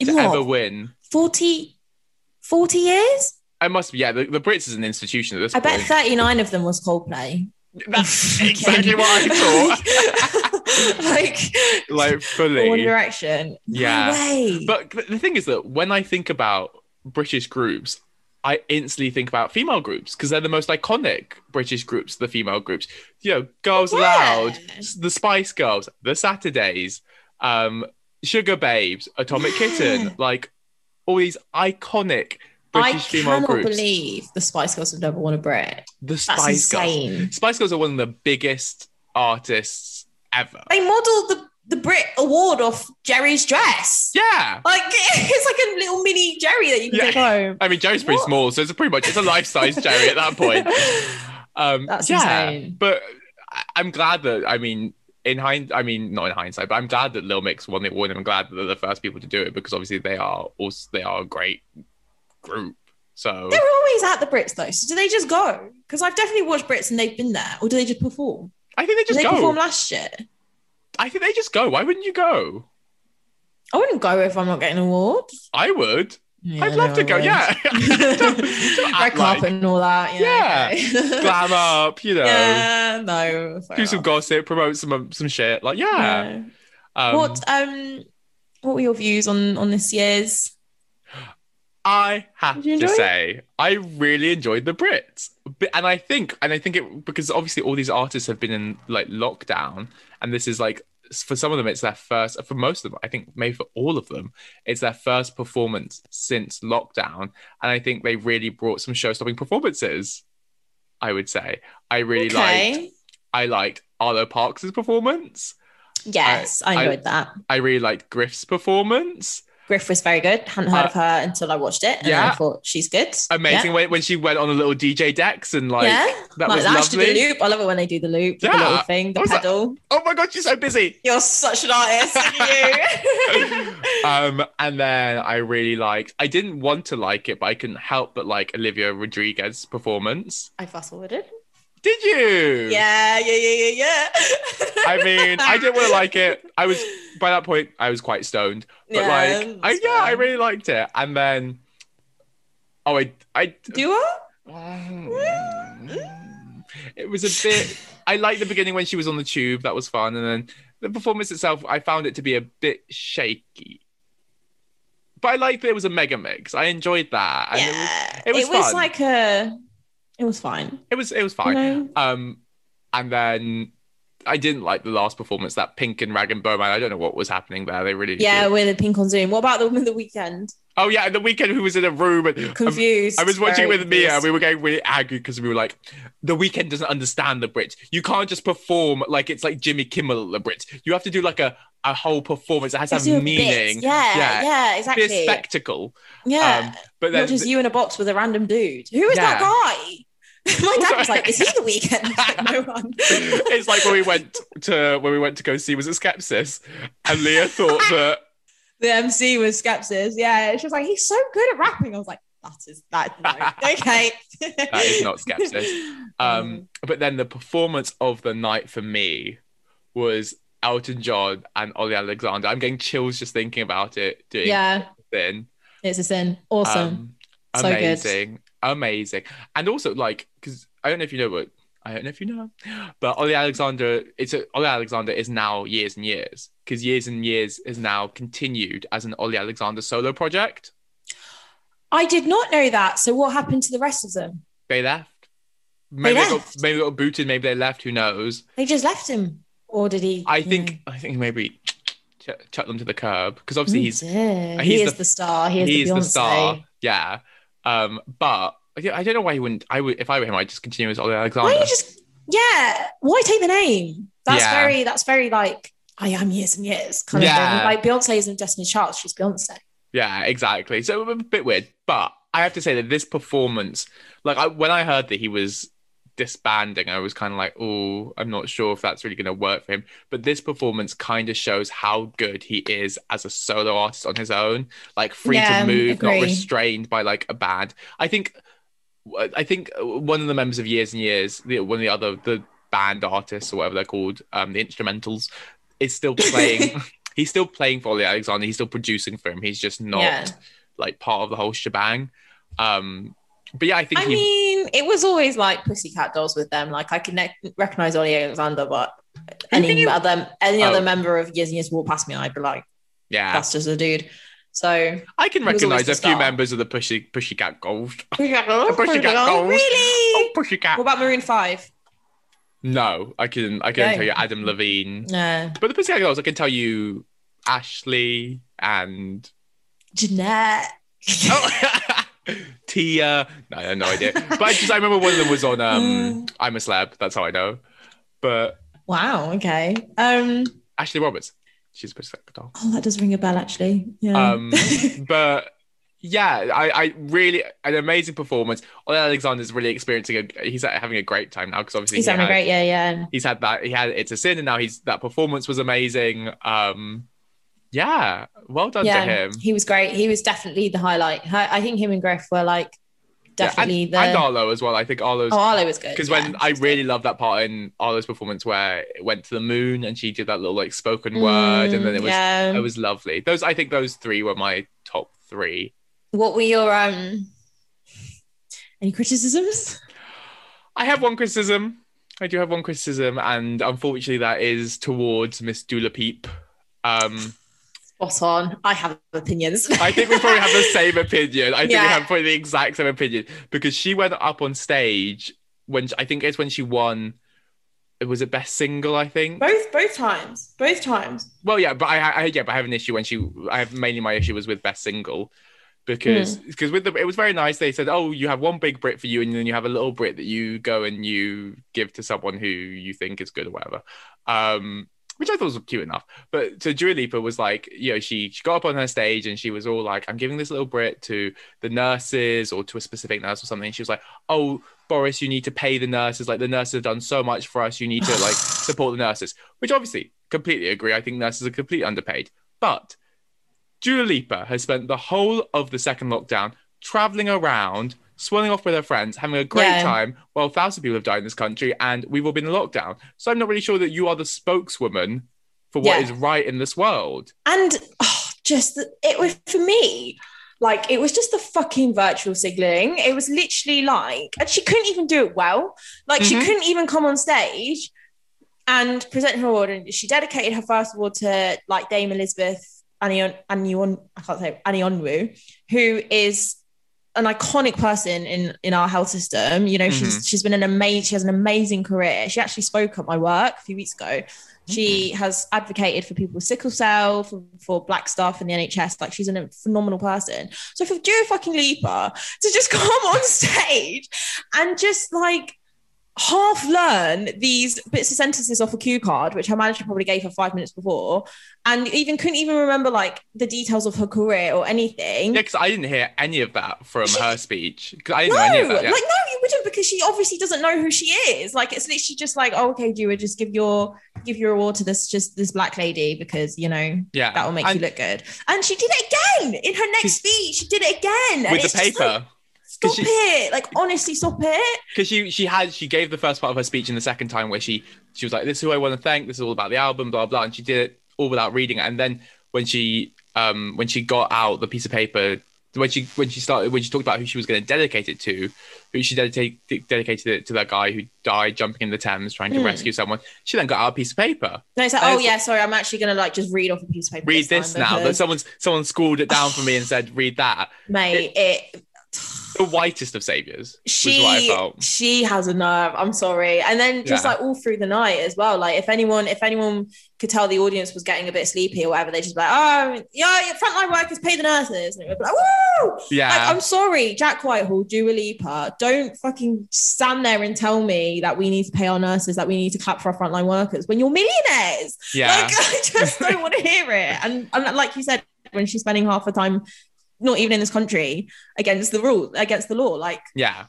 S1: to
S2: in what,
S1: ever win.
S2: 40, 40 years?
S1: I must be, yeah. The, the Brits is an institution at this
S2: I bet
S1: point.
S2: thirty nine of them was Coldplay.
S1: That's exactly what I thought.
S2: thought. like
S1: Like fully.
S2: One Direction.
S1: Yeah.
S2: No way.
S1: But th- the thing is that when I think about British groups, I instantly think about female groups because they're the most iconic British groups, the female groups. You know, Girls
S2: Yeah.
S1: Aloud, s- the Spice Girls, the Saturdays, um, Sugar Babes, Atomic
S2: Yeah.
S1: Kitten, like all these iconic
S2: I
S1: British female
S2: cannot
S1: groups.
S2: believe the Spice Girls have never won a Brit.
S1: the
S2: That's
S1: Spice Girls.
S2: insane.
S1: Spice Girls are one of the biggest artists ever.
S2: They modelled the, the Brit award off Jerry's dress.
S1: Yeah.
S2: Like it's like a little mini Jerry that you can
S1: Yeah.
S2: take home.
S1: I mean, Jerry's pretty
S2: What?
S1: small, so it's a pretty much it's a life size Jerry at that point. Um,
S2: That's insane.
S1: But I- I'm glad that I mean, in hind, I mean, not in hindsight, but I'm glad that Lil Mix won the award, and I'm glad that they're the first people to do it because obviously they are also they are a great group. So
S2: They're always at the Brits though. So do they just go? Because I've definitely watched Brits and they've been there. Or do they just perform?
S1: I think they
S2: Did
S1: just
S2: they
S1: go.
S2: perform last year?
S1: I think they just go. Why wouldn't you go?
S2: I wouldn't go if I'm not getting an award.
S1: I would.
S2: Yeah,
S1: I'd love
S2: no,
S1: to
S2: I
S1: go.
S2: would.
S1: Yeah. Don't- don't
S2: Red
S1: act like-
S2: carpet and all that.
S1: Yeah.
S2: Yeah. okay.
S1: glam up, you know,
S2: yeah. No. fair
S1: do some
S2: enough.
S1: gossip, promote some some shit. Like, yeah.
S2: Yeah.
S1: Um,
S2: what um what were your views on on this year's?
S1: I have
S2: Did you
S1: to
S2: enjoy it?
S1: say, I really enjoyed the Brits, B- and I think, and I think it because obviously all these artists have been in like lockdown, and this is like s- for some of them it's their first, for most of them, I think maybe for all of them, it's their first performance since lockdown, and I think they really brought some show-stopping performances. I would say I really liked.
S2: Okay.
S1: I liked Arlo Parks' performance.
S2: Yes, I,
S1: I-
S2: enjoyed that.
S1: I really liked Griff's performance.
S2: Griff was very good. Hadn't
S1: Uh,
S2: heard of her until I watched it, and then
S1: yeah.
S2: I thought she's good.
S1: Amazing when, when she went on a little DJ Dex and
S2: Yeah.
S1: like.
S2: yeah.
S1: that
S2: like
S1: was
S2: that. She did
S1: lovely.
S2: the loop. I love it when they do the loop, the
S1: Yeah.
S2: little thing, the
S1: What was that?
S2: pedal.
S1: Oh my god, she's so busy.
S2: You're such an artist. look at you.
S1: um, and then I really liked. I didn't want to like it, but I couldn't help but like Olivia Rodriguez's performance.
S2: I fast forwarded.
S1: Did you?
S2: Yeah, yeah, yeah, yeah, yeah.
S1: I mean, I didn't want to like it. I was by that point, I was quite stoned, but like, I,
S2: that's
S1: yeah, I
S2: fine.
S1: really liked it. And then, oh, I, I,
S2: do. I?
S1: it was a bit. I liked the beginning when she was on the tube. That was fun, and then the performance itself, I found it to be a bit shaky. But I liked that it was a mega mix. I enjoyed that, and it was it
S2: Yeah,
S1: was fun.
S2: like a. It was fine.
S1: it was it was
S2: You
S1: fine.
S2: know?
S1: Um, and then I didn't like the last performance, that pink and rag and bow man. I don't know what was happening there. They really
S2: Yeah, with a pink on Zoom. What about the woman of the weekend?
S1: Oh yeah, and the weekend who was in a room and um,
S2: Confused.
S1: I was watching it
S2: very
S1: with Mia. and
S2: confused.
S1: We were getting really angry because we were like, "The weekend doesn't understand the Brits. You can't just perform like it's like Jimmy Kimmel the Brits. You have to do like a, a whole performance that has to
S2: Let's do a
S1: have
S2: bit.
S1: meaning.
S2: Yeah, yeah,
S1: yeah, be
S2: exactly.
S1: a spectacle. Um,
S2: yeah,
S1: But then
S2: not just you in a box with a random dude. Who is that
S1: Yeah.
S2: guy? My dad was like, "Is he the weekend?" no one.
S1: it's like when we went to when we went to go see was it Skepsis, and Leah thought that
S2: the MC was Skepsis. Yeah, she was like, he's so good at rapping. I was like, that is that no. okay. Mm.
S1: that is not Skepsis. Um, but then the performance of the night for me was Elton John and Ollie Alexander. I'm getting chills just thinking about it. Doing
S2: Yeah,
S1: then.
S2: it's a sin. Awesome.
S1: Um,
S2: So good.
S1: amazing. Amazing. And also like because I don't know if you know what I don't know if you know, but Ollie Alexander, it's a, Ollie Alexander is now years and years because years and years is now continued as an Ollie Alexander solo project.
S2: I did not know that. So what happened to the rest of them?
S1: They left. Maybe they, got
S2: left?
S1: maybe they got booted. Maybe they left. Who knows?
S2: They just left him, or did he? Hmm.
S1: I think I think maybe ch- chuck them to the curb because obviously he's
S2: he's,
S1: he's
S2: he is
S1: the-
S2: the, star. Mm. He is
S1: he's
S2: the,
S1: the,
S2: Beyonce.
S1: star. Yeah. Um, but I don't- I don't know why he wouldn't. I would if I were him, I'd just continue as Ollie
S2: Why
S1: Alexander.
S2: don't you just? Yeah. Why take the name? That's
S1: Yeah.
S2: very. That's very like I am years and years kind
S1: Yeah.
S2: of thing. Like Beyonce isn't Destiny Child. She's Beyonce.
S1: Yeah, exactly. So a bit weird, but I have to say that this performance, like I, when I heard that he was disbanding, I was kind of like, oh, I'm not sure if that's really going to work for him. But this performance kind of shows how good he is as a solo artist on his own, like free
S2: Yeah,
S1: to move,
S2: agree.
S1: not restrained by like a band. I think, I think uh, one of the members of Years and Years, the, one of the other the band artists or whatever they're called, um, the instrumentals, is still playing. he's still playing for Ollie Alexander. He's still producing for him. He's just not
S2: Yeah.
S1: like part of the whole shebang. Um, but yeah, I think
S2: I
S1: he,
S2: mean, it was always like Pussycat Dolls with them. Like I can ne- recognize Ollie Alexander, but
S1: can
S2: any
S1: you-
S2: other any other
S1: Oh.
S2: member of Years and Years walk past me, I'd be like,
S1: yeah,
S2: that's just a dude. So
S1: I can
S2: was
S1: recognize
S2: always the
S1: a few
S2: star.
S1: members of the Pushy Pussycat Dolls.
S2: Pussycat Dolls,
S1: Pussycat Dolls. Oh,
S2: really? What
S1: Pussycat.
S2: about Maroon Five?
S1: No, I can I can
S2: No.
S1: tell you Adam Levine,
S2: No,
S1: but the Pussycat Dolls I can tell you Ashley and
S2: Jeanette.
S1: oh, Tia. No, I have no idea. But I just I remember one of them was on um
S2: Mm.
S1: I'm a Slab. That's how I know. But
S2: Wow. Okay. Um.
S1: Ashley Roberts, she's a Pussycat Doll.
S2: Oh, that does ring a bell, actually. Yeah.
S1: Um, but yeah, I, I really an amazing performance. Ollie Alexander's really experiencing a he's having a great time now because obviously
S2: He's
S1: he
S2: having a
S1: had-
S2: great year. Yeah.
S1: he's had that he had it's a sin and now he's that performance was amazing. Um, yeah, well done
S2: yeah.
S1: to him.
S2: He was great. He was definitely the highlight. Hi- I think him and Griff were like
S1: Yeah, and-
S2: definitely
S1: and,
S2: the.
S1: Arlo as well. I think Arlo's
S2: oh, Arlo was good.
S1: because
S2: yeah.
S1: when I really love that part in Arlo's performance where it went to the moon and she did that little like spoken word and then it was
S2: Mm, yeah.
S1: it was lovely. Those I think those three were my top three.
S2: What were your um any criticisms?
S1: I have one criticism. I do have one criticism, and unfortunately, that is towards Miss Dula Peep. Um,
S2: Spot on. I have opinions.
S1: I think we probably have the same opinion. I think we
S2: Yeah.
S1: have probably the exact same opinion because she went up on stage when I think it's when she won. It was it best single, I think.
S2: both both times. Both times.
S1: Well, yeah, but I, I yeah, but I have an issue when she. I have mainly my issue was with best single because because with the it was very nice. They said, oh, you have one big Brit for you, and then you have a little Brit that you go and you give to someone who you think is good or whatever. Um, which I thought was cute enough. But so Dua Lipa was like, you know, she, she got up on her stage and she was all like, I'm giving this little Brit to the nurses or to a specific nurse or something. She was like, oh, Boris, you need to pay the nurses. Like the nurses have done so much for us. You need to like support the nurses, which obviously completely agree. I think nurses are completely underpaid. But Dua Lipa has spent the whole of the second lockdown traveling around, swelling off with her friends, having a great
S2: Yeah.
S1: time while a thousand people have died in this country and we've all been in lockdown. So I'm not really sure that you are the spokeswoman for what
S2: Yeah.
S1: is right in this world.
S2: And oh, just the, it was for me. Like it was just the fucking virtual signaling. It was literally like, and she couldn't even do it well. Like
S1: Mhm.
S2: she couldn't even come on stage and present her award. And she dedicated her first award to like Dame Elizabeth Anion Anion I can't say Anionwu, who is an iconic person in in our health system. You know, she's she's been an amazing she has an amazing career. She actually spoke at my work a few weeks ago. She has advocated for people with sickle cell, for, for black staff in the NHS. Like she's a phenomenal person. So for Dua fucking Lipa to just come on stage and just like half learn these bits of sentences off a cue card, which her manager probably gave her five minutes before, and even couldn't even remember like the details of her career or anything.
S1: Yeah, because I didn't hear any of that from
S2: She-
S1: her speech. 'Cause I didn't
S2: No,
S1: know any of that. Yeah.
S2: like no, you wouldn't because she obviously doesn't know who she is. Like it's literally just like, oh, okay, Dua, just give your give your award to this just this black lady because you know
S1: yeah.
S2: that will make
S1: and
S2: you look good. And she did it again in her next speech. She did it again and
S1: with
S2: it's
S1: the
S2: just like,
S1: paper.
S2: stop
S1: 'Cause she-
S2: it! Like honestly, stop it.
S1: Because she she had she gave the first part of her speech in the second time where she she was like, "This is who I want to thank. This is all about the album, blah blah." And she did it all without reading it. And then when she um when she got out the piece of paper, when she when she started when she talked about who she was going to dedicate it to, who she dedicated dedicated it to that guy who died jumping in the Thames trying to
S2: Mm.
S1: rescue someone. She then got out a piece of paper.
S2: No, it's like,
S1: And
S2: oh
S1: it's-
S2: yeah, sorry, I'm actually gonna like just read off a piece of paper.
S1: Read this
S2: time
S1: now. But
S2: because,
S1: someone's someone scrawled it down for me and said, "Read that."
S2: mate. It,
S1: The whitest of saviors. was what I
S2: she
S1: felt.
S2: she has a nerve. I'm sorry. And then just
S1: Yeah.
S2: like all through the night as well. Like if anyone if anyone could tell the audience was getting a bit sleepy or whatever, they just be like, oh yeah, your frontline workers pay the nurses, and it would be like, woo! Like,
S1: Yeah,
S2: I'm sorry, Jack Whitehall, Dua Lipa, don't fucking stand there and tell me that we need to pay our nurses, that we need to clap for our frontline workers when you're millionaires.
S1: yeah.
S2: Like, uh, I just don't want to hear it. And, and like you said, when she's spending half her time, not even in this country, against the rule, against the law, like,
S1: Yeah,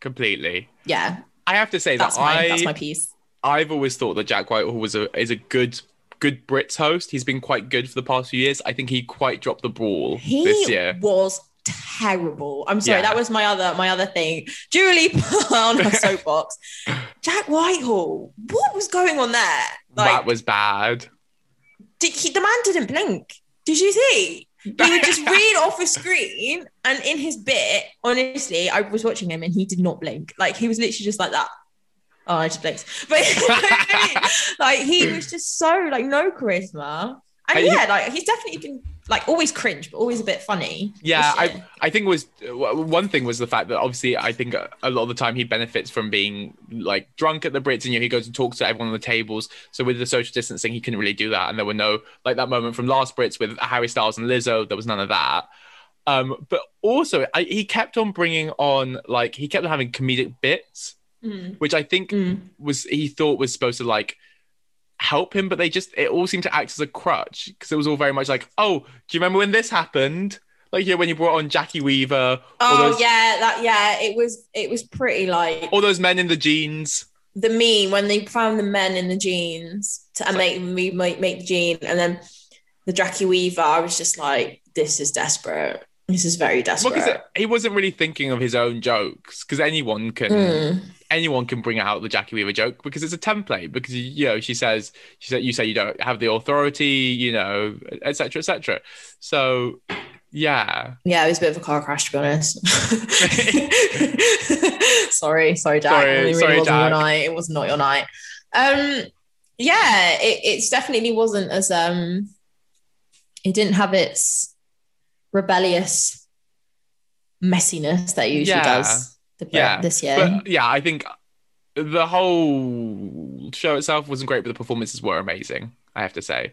S1: completely.
S2: yeah,
S1: I have to say
S2: that's
S1: that
S2: my
S1: I
S2: that's my piece.
S1: I've always thought that Jack Whitehall was a is a good good Brits host. He's been quite good for the past few years. I think he quite dropped the ball
S2: He
S1: this year.
S2: was terrible. I'm sorry,
S1: Yeah.
S2: that was my other my other thing. Julie on her soapbox. Jack Whitehall, what was going on there?
S1: that was bad.
S2: did he the man didn't blink did you see he would just read off a screen and in his bit honestly i was watching him and he did not blink like he was literally just like that oh i just blinked but you know what I mean? like he was just so like no charisma
S1: I-
S2: and yeah like he's definitely been like always cringe but always a bit funny
S1: Yeah,
S2: Shit.
S1: I I think it was w- one thing was the fact that obviously I think a, a lot of the time he benefits from being like drunk at the Brits and you know, he goes and talks to everyone on the tables. So with the social distancing, he couldn't really do that, and there were no like that moment from last Brits with Harry Styles and Lizzo. There was none of that. Um, but also I, he kept on bringing on like he kept on having comedic bits,
S2: Mm,
S1: which I think
S2: mm.
S1: was he thought was supposed to like help him, but they just it all seemed to act as a crutch because it was all very much like, oh, do you remember when this happened? Like yeah, when you brought on Jackie Weaver, all
S2: oh
S1: those,
S2: yeah that yeah it was it was pretty like
S1: all those men in the jeans.
S2: the meme when they found the men in the jeans to and make me make, make the jean and then the Jackie Weaver, I was just like, this is desperate. This is very
S1: Well,
S2: desperate.
S1: 'cause it- he wasn't really thinking of his own jokes because anyone can
S2: Mm.
S1: anyone can bring out the Jackie Weaver joke because it's a template. Because you know she says she said you say you don't have the authority, you know, etc. Cetera, etc. Cetera. So yeah,
S2: Yeah, it was a bit of a car crash to be honest. sorry, sorry, Jack.
S1: Sorry,
S2: it really
S1: sorry,
S2: wasn't
S1: Jack.
S2: your night. It was not your night. Um, yeah, it, it definitely wasn't as um, it didn't have its rebellious messiness that it usually
S1: Yeah.
S2: does. The,
S1: Yeah.
S2: this year.
S1: But yeah, I think the whole show itself wasn't great, but the performances were amazing, I have to say.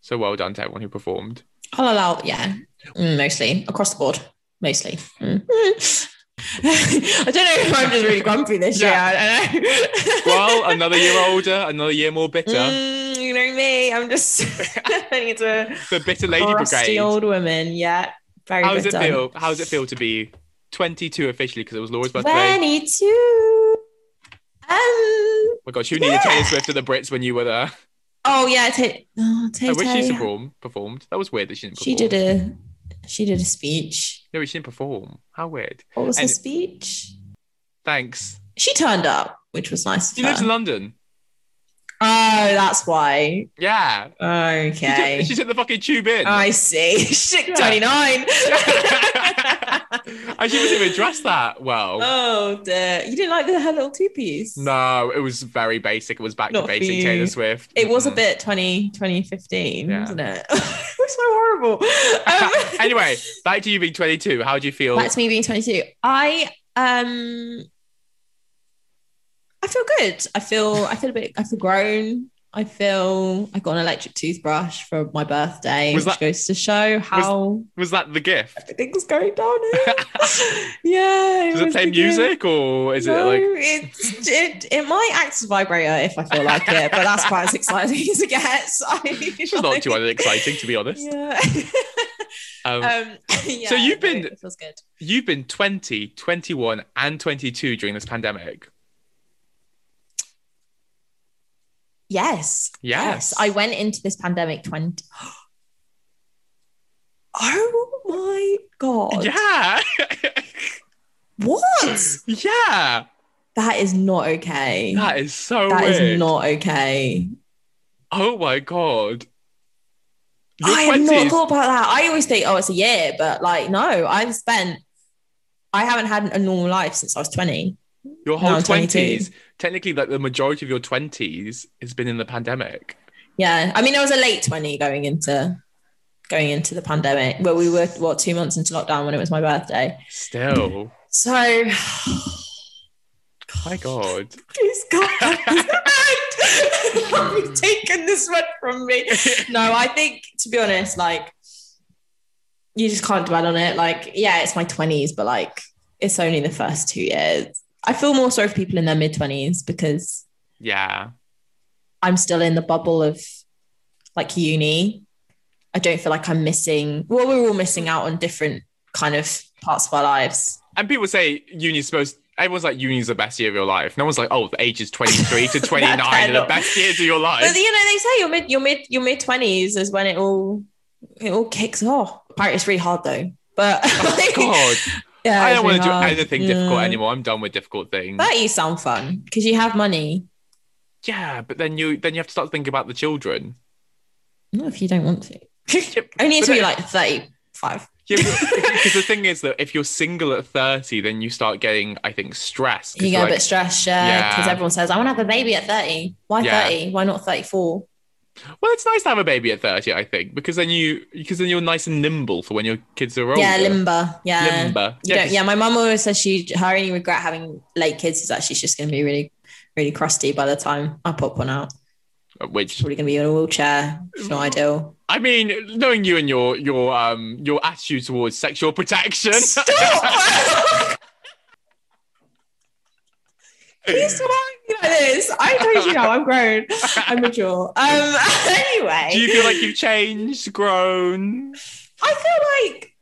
S1: So well done to everyone who performed.
S2: I'll allow, yeah, Mm, mostly across the board, mostly. Mm. Mm. I don't know if I'm just really grumpy this year. I don't know.
S1: Well, another year older, another year more bitter.
S2: Mm, you know me. I'm just turning into a
S1: The bitter lady
S2: rusty
S1: brigade.
S2: old woman. Yeah, very
S1: How does
S2: good.
S1: it feel? How does it feel to be 22 officially? Because it was Laura's birthday.
S2: Twenty-two. Um.
S1: oh my gosh, you needed
S2: Yeah.
S1: Taylor Swift at the Brits when you were there.
S2: Oh yeah. Tay oh, Tay
S1: I wish she
S2: Tay.
S1: perform, performed. That was weird that she didn't perform.
S2: She did a. She did a speech.
S1: No, she didn't perform. How weird.
S2: What was her
S1: And-
S2: speech?
S1: Thanks.
S2: She turned up, which was nice. of
S1: She
S2: her.
S1: lives in London.
S2: Oh, that's why.
S1: Yeah. She took-
S2: Okay.
S1: She took the fucking tube in.
S2: I see. Shit,
S1: Yeah.
S2: 29.
S1: and she wasn't even dressed that well.
S2: oh, dear. You didn't like the her little two piece?
S1: No, it was very basic. It was back
S2: Not
S1: to
S2: for
S1: basic
S2: you.
S1: Taylor Swift.
S2: It was a
S1: Mm.
S2: bit 20, 2015,
S1: Yeah.
S2: wasn't it? it was so horrible. Um,
S1: anyway, back to you being 22. How do you feel?
S2: that's me being 22. I, um, I feel good. I feel, I feel a bit, I feel grown. I feel I got an electric toothbrush for my birthday,
S1: Was
S2: which
S1: that-
S2: goes to show how
S1: was that the gift?
S2: everything's going down here. yeah.
S1: Does it
S2: was
S1: play
S2: the gift.
S1: music or is
S2: no,
S1: it like
S2: it's, it it might act as a vibrator if I feel like it, but that's quite as exciting as it gets. I,
S1: it's just not too exciting to be honest?
S2: Yeah.
S1: Um,
S2: um, yeah,
S1: So you've
S2: no,
S1: been-
S2: It feels good.
S1: you've been 20, 21, and 22 during this pandemic.
S2: Yes.
S1: Yes.
S2: I went into this pandemic twenty. Oh my god!
S1: Yeah.
S2: What?
S1: yeah.
S2: That is not okay. That
S1: That is so
S2: is
S1: weird.
S2: not okay.
S1: Oh my god. Your
S2: I had not
S1: 20s
S2: thought about that. I always think, oh, it's a year, but like, no, I've spent, I haven't had a normal life since I was 20.
S1: Your whole
S2: No, 22.
S1: twenties, technically, like the majority of your twenties, has been in the pandemic.
S2: Yeah. I mean, I was a late 20 going into going into the pandemic where we were what two months into lockdown when it was my birthday
S1: Still,
S2: so Mm.
S1: my God,
S2: please God, you've taken this one from me. No, I think to be honest, like you just can't dwell on it. Like, yeah, it's my twenties, but like it's only the first two years. I feel more sorry for people in their mid twenties because
S1: yeah,
S2: I'm still in the bubble of like uni. I don't feel like I'm missing. Well, we're all missing out on different kind of parts of our lives.
S1: and people say uni's supposed. Everyone's like, uni's the best year of your life. No one's like, oh, the ages 23 to 29 are the
S2: not.
S1: best years of your life.
S2: But you know, they say your mid your mid your mid twenties is when it all it all kicks off. Apparently, it's really hard though. But
S1: Oh, God,
S2: yeah,
S1: I
S2: it's
S1: don't want
S2: really
S1: to do
S2: hard.
S1: anything difficult
S2: Yeah.
S1: anymore. I'm done with difficult things.
S2: That you sound fun because you have money.
S1: yeah, but then you then you have to start thinking about the children.
S2: Not if you don't want to.
S1: Yeah,
S2: Only
S1: but
S2: until
S1: then-
S2: you're like thirty-five.
S1: Yeah, because the thing is that if you're single at 30, then you start getting, I think, stressed. 'cause
S2: You get
S1: you're
S2: a
S1: like,
S2: bit stressed, yeah,
S1: Yeah.
S2: because everyone says, "I want to have a baby at 30. Why
S1: Yeah.
S2: 30? Why not 34?
S1: well, it's nice to have a baby at 30, I think, because then you because then you're nice and nimble for when your kids are older.
S2: Yeah, limber. Yeah,
S1: Limber.
S2: You
S1: Yeah,
S2: don't-
S1: 'cause-
S2: yeah, my mum always says she her only regret having late kids is that she's just going to be really, really crusty by the time I pop one out. She's
S1: Which
S2: probably going to be in a wheelchair. It's not ideal.
S1: I mean, knowing you and your your um your attitude towards sexual protection.
S2: Stop! Please stop acting like this. I told you now I'm grown. I'm mature. Um. Anyway,
S1: Do you feel like you've changed, grown?
S2: I feel like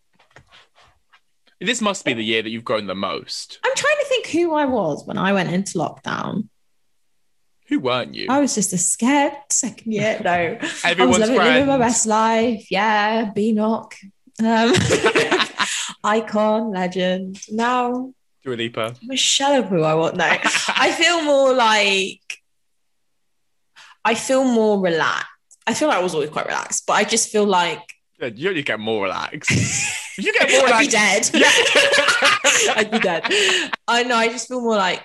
S1: This must be the year that you've grown the most.
S2: I'm trying to think who I was when I went into lockdown.
S1: Who weren't you?
S2: I was just a scared second year. No,
S1: Everyone's
S2: I was living, living my
S1: friends.
S2: best life. Yeah, B knock. Um, icon, legend. Now
S1: Dua Lipa.
S2: I'm a shell of who I want. No, I feel more like I feel more relaxed. I feel like I was always quite relaxed, but I just feel like
S1: Yeah, you only get more relaxed. You get more
S2: I'd be
S1: relaxed.
S2: dead.
S1: Yeah.
S2: I'd be dead. I know. I just feel more like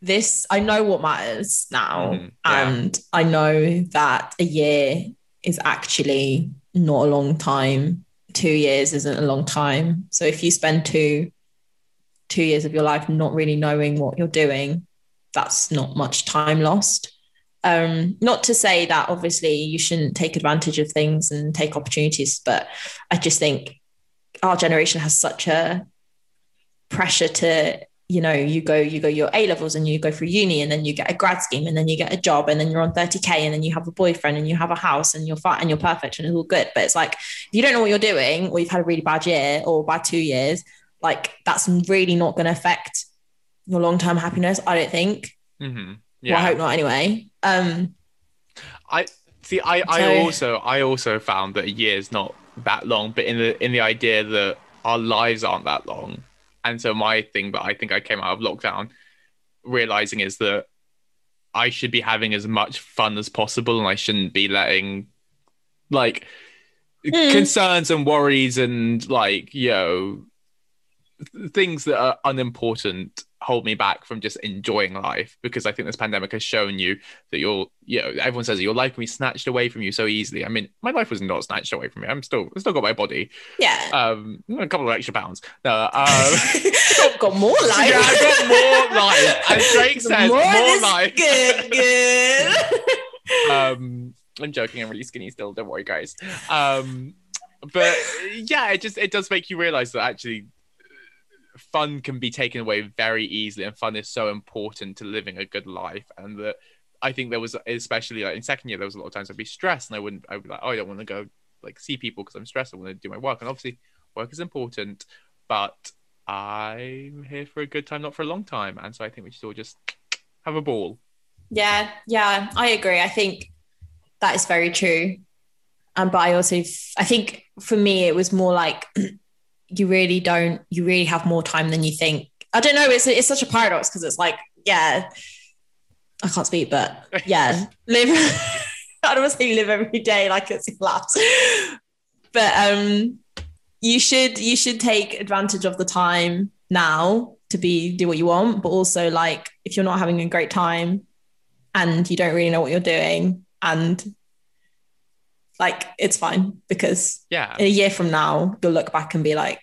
S2: this. I know what matters now,
S1: Mhm, yeah.
S2: and I know that a year is actually not a long time. Two years isn't a long time. So if you spend two two years of your life not really knowing what you're doing, that's not much time lost. Um, not to say that obviously you shouldn't take advantage of things and take opportunities, but I just think our generation has such a pressure to you know you go you go your a levels and you go through uni and then you get a grad scheme and then you get a job and then you're on 30k and then you have a boyfriend and you have a house and you're fine and you're perfect and it's all good but it's like if you don't know what you're doing or you've had a really bad year or bad two years like that's really not going to affect your long-term happiness i don't think
S1: hmm
S2: yeah. well i
S1: Yeah.
S2: hope not anyway um
S1: See, I, I
S2: So-
S1: also I also found that a year's not that long, but in the in the idea that our lives aren't that long. And so my thing that I think I came out of lockdown realizing is that I should be having as much fun as possible and I shouldn't be letting like
S2: Mm.
S1: concerns and worries and like, you know, th- things that are unimportant hold me back from just enjoying life because I think this pandemic has shown you that your you know everyone says that your life can be snatched away from you so easily. I mean, my life was not snatched away from me. I'm still I've still got my body,
S2: yeah
S1: um, a couple of extra pounds. No, um,
S2: got more life
S1: yeah, I've got more life. As Drake says, more,
S2: of this
S1: life.
S2: good good
S1: Um, I'm joking. I'm really skinny still. Don't worry, guys. Um, but yeah, it just it does make you realize that actually fun can be taken away very easily, and fun is so important to living a good life, and that. I think there was especially like in second year there was a lot of times I'd be stressed and I wouldn't I'd be like oh I don't want to go like see people because I'm stressed I want to do my work and obviously work is important but I'm here for a good time not for a long time and so I think we should all just have a ball
S2: Yeah, yeah, I agree. I think that is very true. Um, but I also, f- I think for me, it was more like you really don't, you really have more time than you think, I don't know. It's it's such a paradox because it's like, yeah, I can't speak, but yeah, live. I don't want to say live every day like it's collapse, but um, you should you should take advantage of the time now to be do what you want, but also like if you're not having a great time and you don't really know what you're doing and like it's fine because
S1: Yeah.
S2: in a year from now you'll look back and be like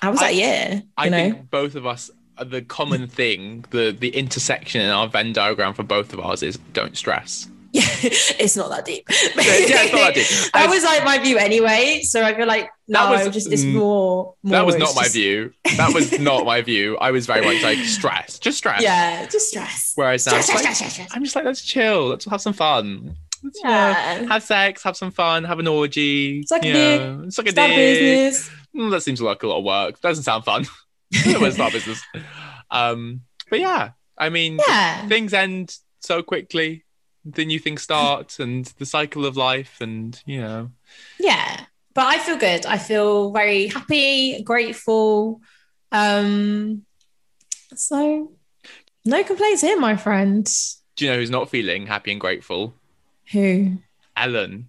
S2: how was
S1: I-
S2: that year
S1: I
S2: you know
S1: think both of us uh, the common thing, the the intersection in our Venn diagram for both of ours is don't stress.
S2: yeah it's not that deep
S1: yeah, it's not that deep.
S2: that was like my view anyway so i feel like now
S1: was-
S2: I'm just it's
S1: mm,
S2: more, more
S1: that was
S2: it's
S1: not my
S2: just-
S1: view. That was not my view. I was very much like stress, just stress.
S2: yeah just stress
S1: Whereas now
S2: stress,
S1: it's
S2: stress,
S1: like,
S2: stress, stress, stress.
S1: I'm just like, let's chill. Let's have some fun. Let's, you know,
S2: yeah
S1: have sex, have some fun, have an orgy.
S2: Suck a
S1: you
S2: dick.
S1: know, Suck a
S2: start a
S1: dick.
S2: business
S1: Mm, that seems like a lot of work. Doesn't sound fun. it's not business. Um, but yeah, I mean,
S2: yeah
S1: things end so quickly. The new things start, and the cycle of life, and you know,
S2: yeah but i feel good i feel very happy grateful um so no complaints here my friend
S1: do you know who's not feeling happy and grateful?
S2: who
S1: Ellen.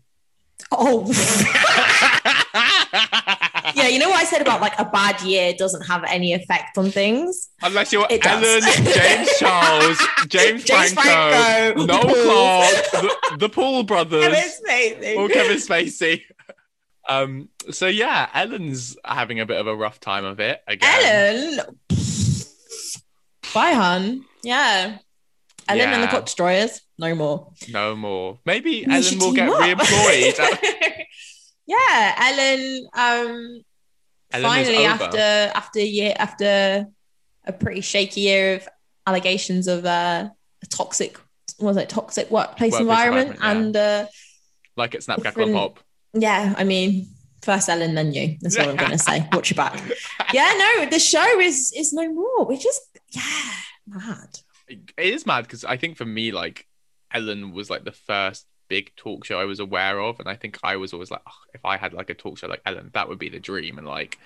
S2: oh
S1: yeah.
S2: yeah, you know what I said about like a bad year doesn't have any effect on things.
S1: Unless you're
S2: It
S1: Ellen,
S2: does.
S1: James Charles, James,
S2: James
S1: Franco,
S2: Franco,
S1: Noel
S2: Paul.
S1: Clark, the, the Paul brothers.
S2: amazing.
S1: or Kevin Spacey. Um, so yeah, Ellen's having a bit of a rough time of it again.
S2: Ellen. Bye, hon. Yeah. Ellen and the
S1: Yeah.
S2: Cop Destroyers, no more.
S1: No more. Maybe
S2: We
S1: Ellen
S2: should
S1: will
S2: team
S1: get
S2: up.
S1: reemployed.
S2: yeah, Ellen. Um,
S1: Ellen is
S2: finally,
S1: over.
S2: after after a year after a pretty shaky year of allegations of uh, a toxic, what was it toxic workplace,
S1: Workplace
S2: environment,
S1: environment,
S2: and uh,
S1: like at Snap Crackle
S2: Different-
S1: and Pop.
S2: Yeah, I mean, first Ellen, then you. That's all I'm gonna say. Watch your back. Yeah, no, the show is is no more. We're just yeah, mad.
S1: It is mad because I think for me, like Ellen was like the first big talk show I was aware of, and I think I was always like, "Ugh, if I had like a talk show like Ellen, that would be the dream. And like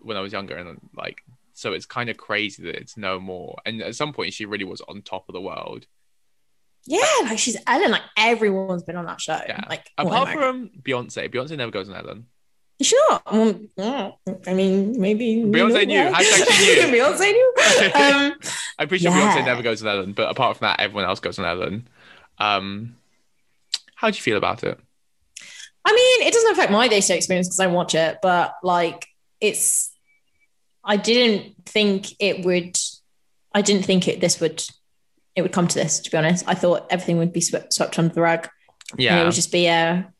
S1: when I was younger, and like so, it's kind of crazy that it's no more. And at some point, she really was on top of the world.
S2: Yeah, like she's Ellen. Like everyone's been on that show.
S1: Yeah.
S2: Like all
S1: Apart
S2: America.
S1: from Beyonce, Beyonce never goes on Ellen.
S2: Is she not? Well, yeah, I mean, maybe
S1: Beyonce knew.
S2: yeah.
S1: Hashtag she knew.
S2: Beyonce knew. Um,
S1: I'm pretty sure
S2: Yeah.
S1: Beyonce never goes on Ellen, but apart from that, everyone else goes on Ellen. Um, how do you feel about it?
S2: I mean, it doesn't affect my day to day experience because I watch it, but like it's I didn't think it would I didn't think it this would it would come to this, to be honest. I thought everything would be swept, swept under the rug. And it
S1: Yeah,
S2: would just be a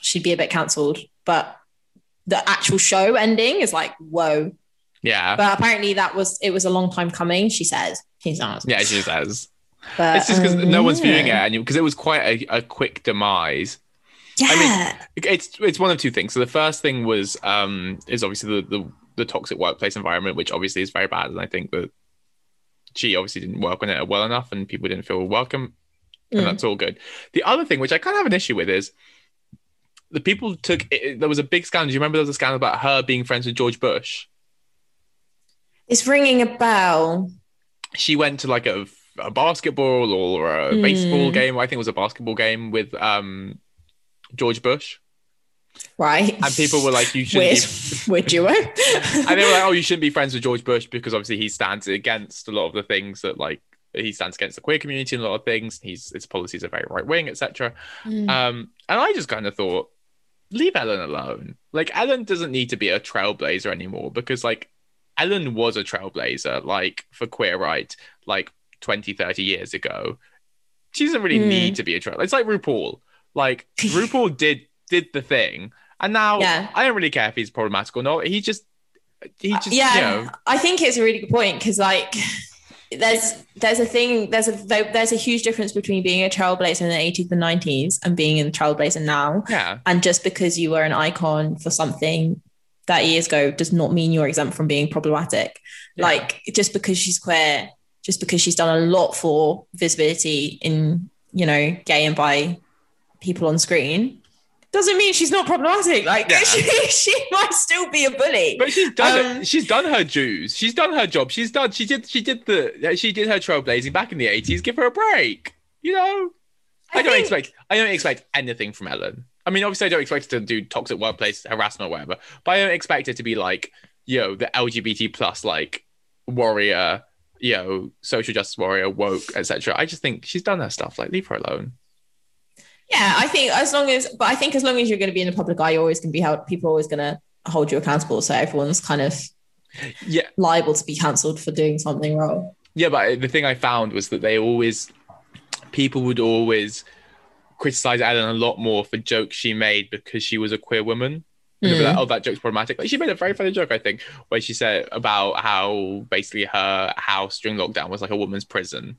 S2: she'd be a bit cancelled. But the actual show ending is like, whoa.
S1: yeah,
S2: But apparently that was it was a long time coming, she says. He's not.
S1: yeah. She says
S2: But,
S1: it's just because
S2: um,
S1: no one's viewing it,
S2: yeah.
S1: and because it was quite a, a quick demise.
S2: Yeah.
S1: I mean, It's it's one of two things. So the first thing was um is obviously the the, the toxic workplace environment, which obviously is very bad, and I think that she obviously didn't work on it well enough, and people didn't feel welcome and
S2: Mm.
S1: that's all good. The other thing, which I kind of have an issue with, is the people took. It, it- there was a big scandal. Do you remember there was a scandal about her being friends with George Bush?
S2: it's ringing a bell.
S1: She went to like a, a basketball or a
S2: Hmm.
S1: baseball game. I think it was a basketball game with um, George Bush,
S2: Right.
S1: and people were like, "You shouldn't."
S2: weird,
S1: Be,
S2: weird duo.
S1: and they were like, "Oh, you shouldn't be friends with George Bush because obviously he stands against a lot of the things that like." He stands against the queer community and a lot of things. He's his policies are very right wing, etc.
S2: Mm.
S1: Um, and I just kind of thought, leave Ellen alone. Like Ellen doesn't need to be a trailblazer anymore because like Ellen was a trailblazer, like for queer right, like 20, 30 years ago. She doesn't really
S2: Hmm.
S1: need to be a trail. It's like RuPaul. Like RuPaul did did the thing. And now
S2: Yeah.
S1: I don't really care if he's problematic or not. He just he just
S2: yeah,
S1: you know,
S2: I think it's a really good point because like there's there's a thing there's a there's a huge difference between being a trailblazer in the 80s and 90s and being a trailblazer now.
S1: yeah.
S2: And just because you were an icon for something 30 years ago does not mean you're exempt from being problematic.
S1: Yeah.
S2: Like just because she's queer, just because she's done a lot for visibility in you know gay and bi people on screen doesn't mean she's not problematic. Like
S1: Yeah.
S2: she, she might still be a bully.
S1: But she's done
S2: Um,
S1: it. She's done her dues. She's done her job. She's done. She did. She did the. She did her trailblazing back in the eighties. Give her a break. You know. I, don't
S2: think-
S1: expect. I don't expect anything from Ellen. I mean, obviously, I don't expect her to do toxic workplace harassment or whatever. But I don't expect her to be like, you know, the LGBT plus like warrior, you know, social justice warrior, woke, etc. I just think she's done her stuff. Like, leave her alone.
S2: Yeah, I think as long as, but I think as long as you're going to be in the public eye, you're always going to be held. People are always going to hold you accountable. So everyone's kind of
S1: Yeah,
S2: liable to be cancelled for doing something wrong.
S1: yeah. But the thing I found was that they always, people would always criticize Ellen a lot more for jokes she made because she was a queer woman. They'll be
S2: Mm.
S1: like, oh, that joke's problematic. Like, she made a very funny joke, I think, where she said about how basically her house during lockdown was like a woman's prison,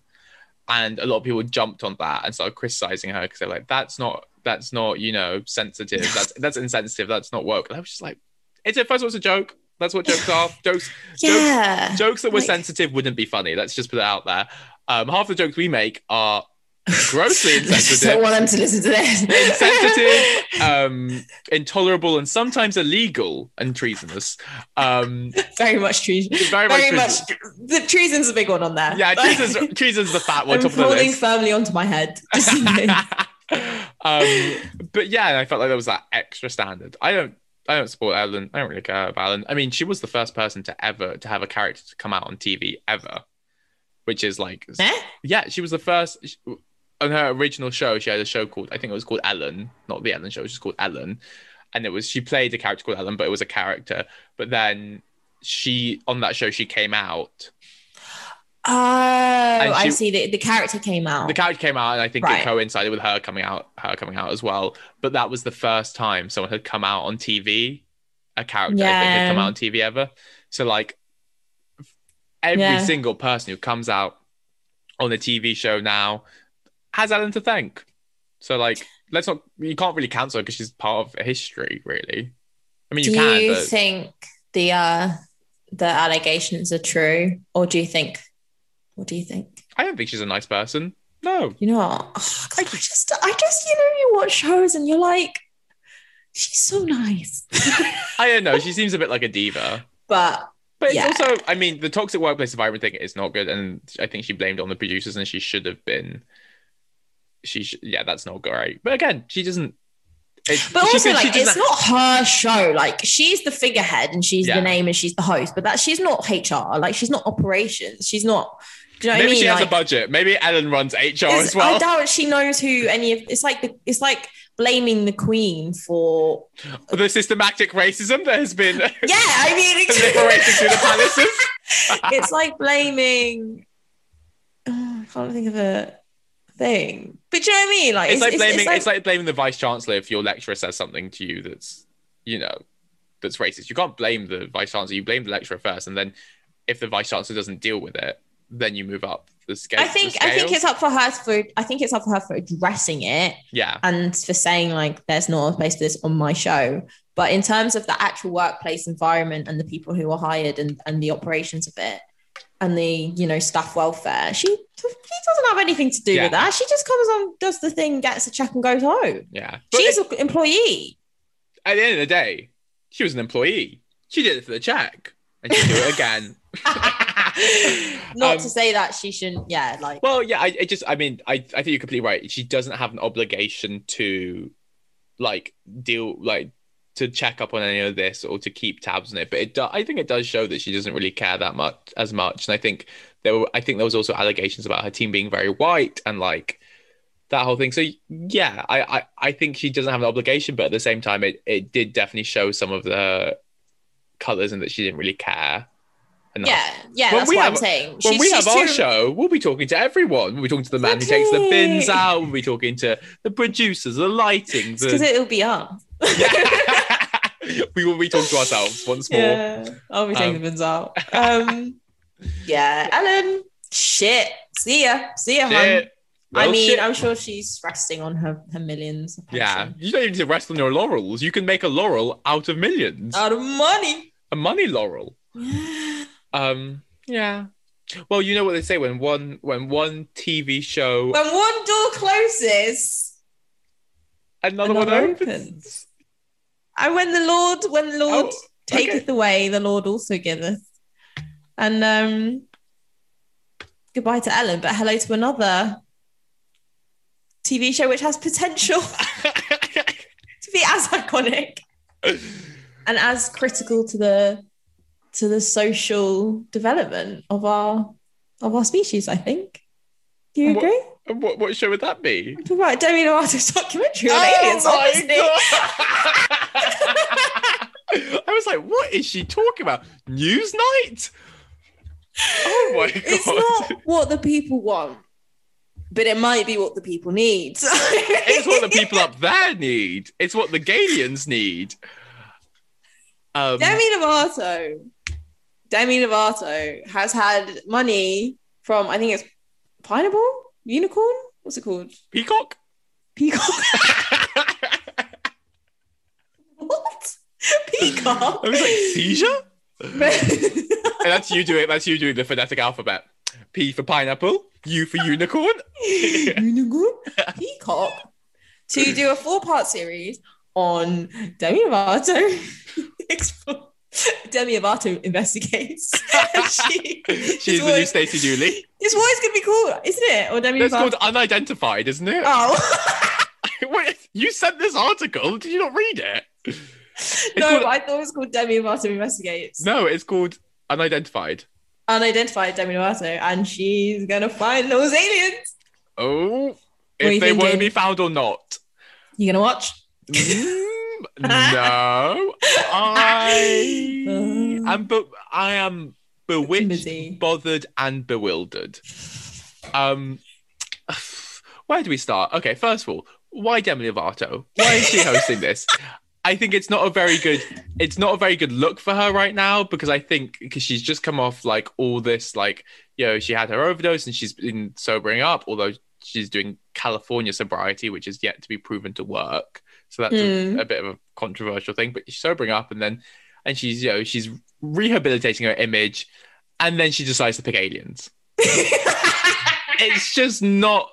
S1: and a lot of people jumped on that and started criticizing her because they're like, that's not, that's not, you know, sensitive. That's that's insensitive. That's not woke. And I was just like, it's a first of all, it's a joke. That's what jokes are. Jokes,
S2: Yeah.
S1: jokes that were
S2: Like-
S1: sensitive wouldn't be funny. Let's just put it out there. Um, half the jokes we make are grossly
S2: I just don't
S1: insensitive
S2: want them to listen to this.
S1: insensitive, um, intolerable, and sometimes illegal and treasonous. Um,
S2: Very much treason.
S1: very,
S2: Very
S1: much.
S2: much. The treason's a big one on there.
S1: yeah,
S2: Like,
S1: treason's, treason's the fat one,
S2: I'm
S1: top of the
S2: falling
S1: list.
S2: firmly onto my head. Just in case.
S1: um, but yeah, I felt like there was that extra standard. I don't. I don't support Ellen. I don't really care about Ellen. I mean, she was the first person to ever to have a character to come out on TV ever, which is like
S2: Eh?
S1: Yeah, she was the first sh- on her original show. She had a show called I think it was called Ellen, not the Ellen show. It was just called Ellen, and it was she played a character called Ellen, but it was a character. But then she on that show she came out.
S2: Oh, I
S1: she-
S2: see. The, the character came out.
S1: The character came out, and I think
S2: Right.
S1: it coincided with her coming out, her coming out as well. But that was the first time someone had come out on TV. A character I think
S2: Yeah.
S1: had come out on TV ever. So like every
S2: Yeah.
S1: single person who comes out on a TV show now has Ellen to thank. So like, let's not. You can't really cancel her because she's part of history, really. I mean, you
S2: do
S1: can.
S2: you
S1: but
S2: think the uh, the allegations are true, or do you think? What do you think?
S1: I don't think she's a nice person. No.
S2: You know, oh, God, I just, I just, you know, you watch shows and you're like, she's so nice,
S1: I don't know. She seems a bit like a diva.
S2: but
S1: But it's
S2: Yeah.
S1: also, I mean, the toxic workplace environment thing is not good, and I think she blamed it on the producers, and she should have been. She, sh- yeah, that's not great. But again, she doesn't. It's,
S2: but
S1: she
S2: also
S1: could- she
S2: like, it's
S1: doesn't-
S2: not her show. Like, she's the figurehead and she's
S1: Yeah.
S2: the name and she's the host, but that she's not HR. Like, she's not operations. She's not. Do you know
S1: Maybe
S2: what I mean?
S1: she has
S2: Like,
S1: a budget. Maybe Ellen runs HR
S2: It's-
S1: as well.
S2: I doubt she knows who any of it's like the, it's like blaming the queen for
S1: The systematic racism that has been liberated
S2: yeah I mean
S1: through the palaces.
S2: it's like blaming oh, I can't think of a thing but do you know what I mean like
S1: It's, like blaming. It's like, blaming the vice chancellor if your lecturer says something to you that's, you know, that's racist. You can't blame the vice chancellor. You blame the lecturer first, and then if the vice chancellor doesn't deal with it, then you move up the scale.
S2: I think
S1: the
S2: I think
S1: scale.
S2: it's up for her for I think it's up for her for addressing it
S1: yeah.
S2: and for saying like there's not a place for this on my show. But in terms of the actual workplace environment and the people who are hired and, and the operations of it and the you know staff welfare, she she doesn't have anything to do
S1: Yeah.
S2: with that. She just comes on, does the thing, gets a check, and goes home.
S1: Yeah. But
S2: She's an employee.
S1: at the end of the day, she was an employee. She did it for the check, and she'll do it again.
S2: Not
S1: Um,
S2: to say that she shouldn't. Yeah, like
S1: Well, yeah, I, I just, I mean, I, I think you're completely right. She doesn't have an obligation to, like, deal, like, to check up on any of this or to keep tabs on it. But it, do, I think it does show that she doesn't really care that much, as much. And I think there were, I think there was also allegations about her team being very white and like that whole thing. So yeah, I, I, I think she doesn't have an obligation, but at the same time, it, it did definitely show some of the colors and that she didn't really care. enough.
S2: yeah, yeah.
S1: When
S2: that's
S1: we
S2: what I'm
S1: have-
S2: saying.
S1: When
S2: She's-
S1: we
S2: she's
S1: have our
S2: too-
S1: show, we'll be talking to everyone. We'll be talking to the man who takes the bins
S2: Exactly.
S1: out. We'll be talking to the producers, the lighting.
S2: because
S1: The...
S2: it'll be up.
S1: Yeah. we will be talking to ourselves once more.
S2: Yeah, I'll be taking
S1: Um,
S2: the bins out. Um, yeah, Ellen. Shit. See ya. See ya, hun.
S1: Shit. Well,
S2: I mean,
S1: shit.
S2: I'm sure she's resting on her, her millions. Of
S1: yeah,
S2: pension.
S1: you don't even need to rest on your laurels. You can make a laurel out of millions,
S2: Out of money.
S1: a money laurel. Um, yeah. Well, you know what they say when one when one TV show
S2: when one door closes,
S1: Another, one
S2: Another
S1: opens.
S2: opens. And when the Lord, when the Lord
S1: Oh, okay.
S2: taketh away, the Lord also giveth. And um goodbye to Ellen, but hello to another TV show which has potential to be as iconic and as critical to the to the social development of our of our species, I think. Do you
S1: What-
S2: agree?
S1: And what, what show would that be?
S2: I'm talking about Demi Lovato's documentary on
S1: Oh
S2: aliens,
S1: my
S2: obviously.
S1: God. I was like, what is she talking about? News night? Oh my god.
S2: It's not what the people want, but it might be what the people need.
S1: It's what the people up there need. It's what the Galians need. Um,
S2: Demi Lovato. Demi Lovato has had money from I think it's pineapple unicorn. What's it called?
S1: Peacock?
S2: Peacock. what? Peacock.
S1: I was like, seizure?
S2: But-
S1: And that's you doing that's you doing the phonetic alphabet. P for pineapple, U for unicorn.
S2: Unicorn? Peacock to do a four-part series on Demi Lovato. Explore- Demi Lovato investigates. she,
S1: She's the new
S2: always-
S1: Stacey Dooley.
S2: It's what it's gonna be called, isn't it? Or Demi
S1: That's
S2: Lovato.
S1: called unidentified, isn't it?
S2: oh
S1: Wait, you sent this article. Did you not read it?
S2: no,
S1: called-
S2: I thought it was called Demi Lovato investigates.
S1: No, it's called unidentified.
S2: Unidentified Demi Lovato, and she's gonna find those aliens.
S1: Oh,
S2: are you
S1: if they want to
S2: thinking?
S1: be found or not.
S2: You gonna watch?
S1: Mm, no, I am. Be- I am bewitched,
S2: Timothy.
S1: bothered, and bewildered. Um, where do we start? Okay, first of all, why Demi Lovato? Why is she hosting this? I think it's not a very good. It's not a very good look for her right now because I think because she's just come off like all this like you know she had her overdose and she's been sobering up although she's doing California sobriety which is yet to be proven to work so that's a-
S2: Hmm.
S1: a bit of a controversial thing, but she's sobering up and then and she's you know she's rehabilitating her image, and then she decides to pick aliens. It's just not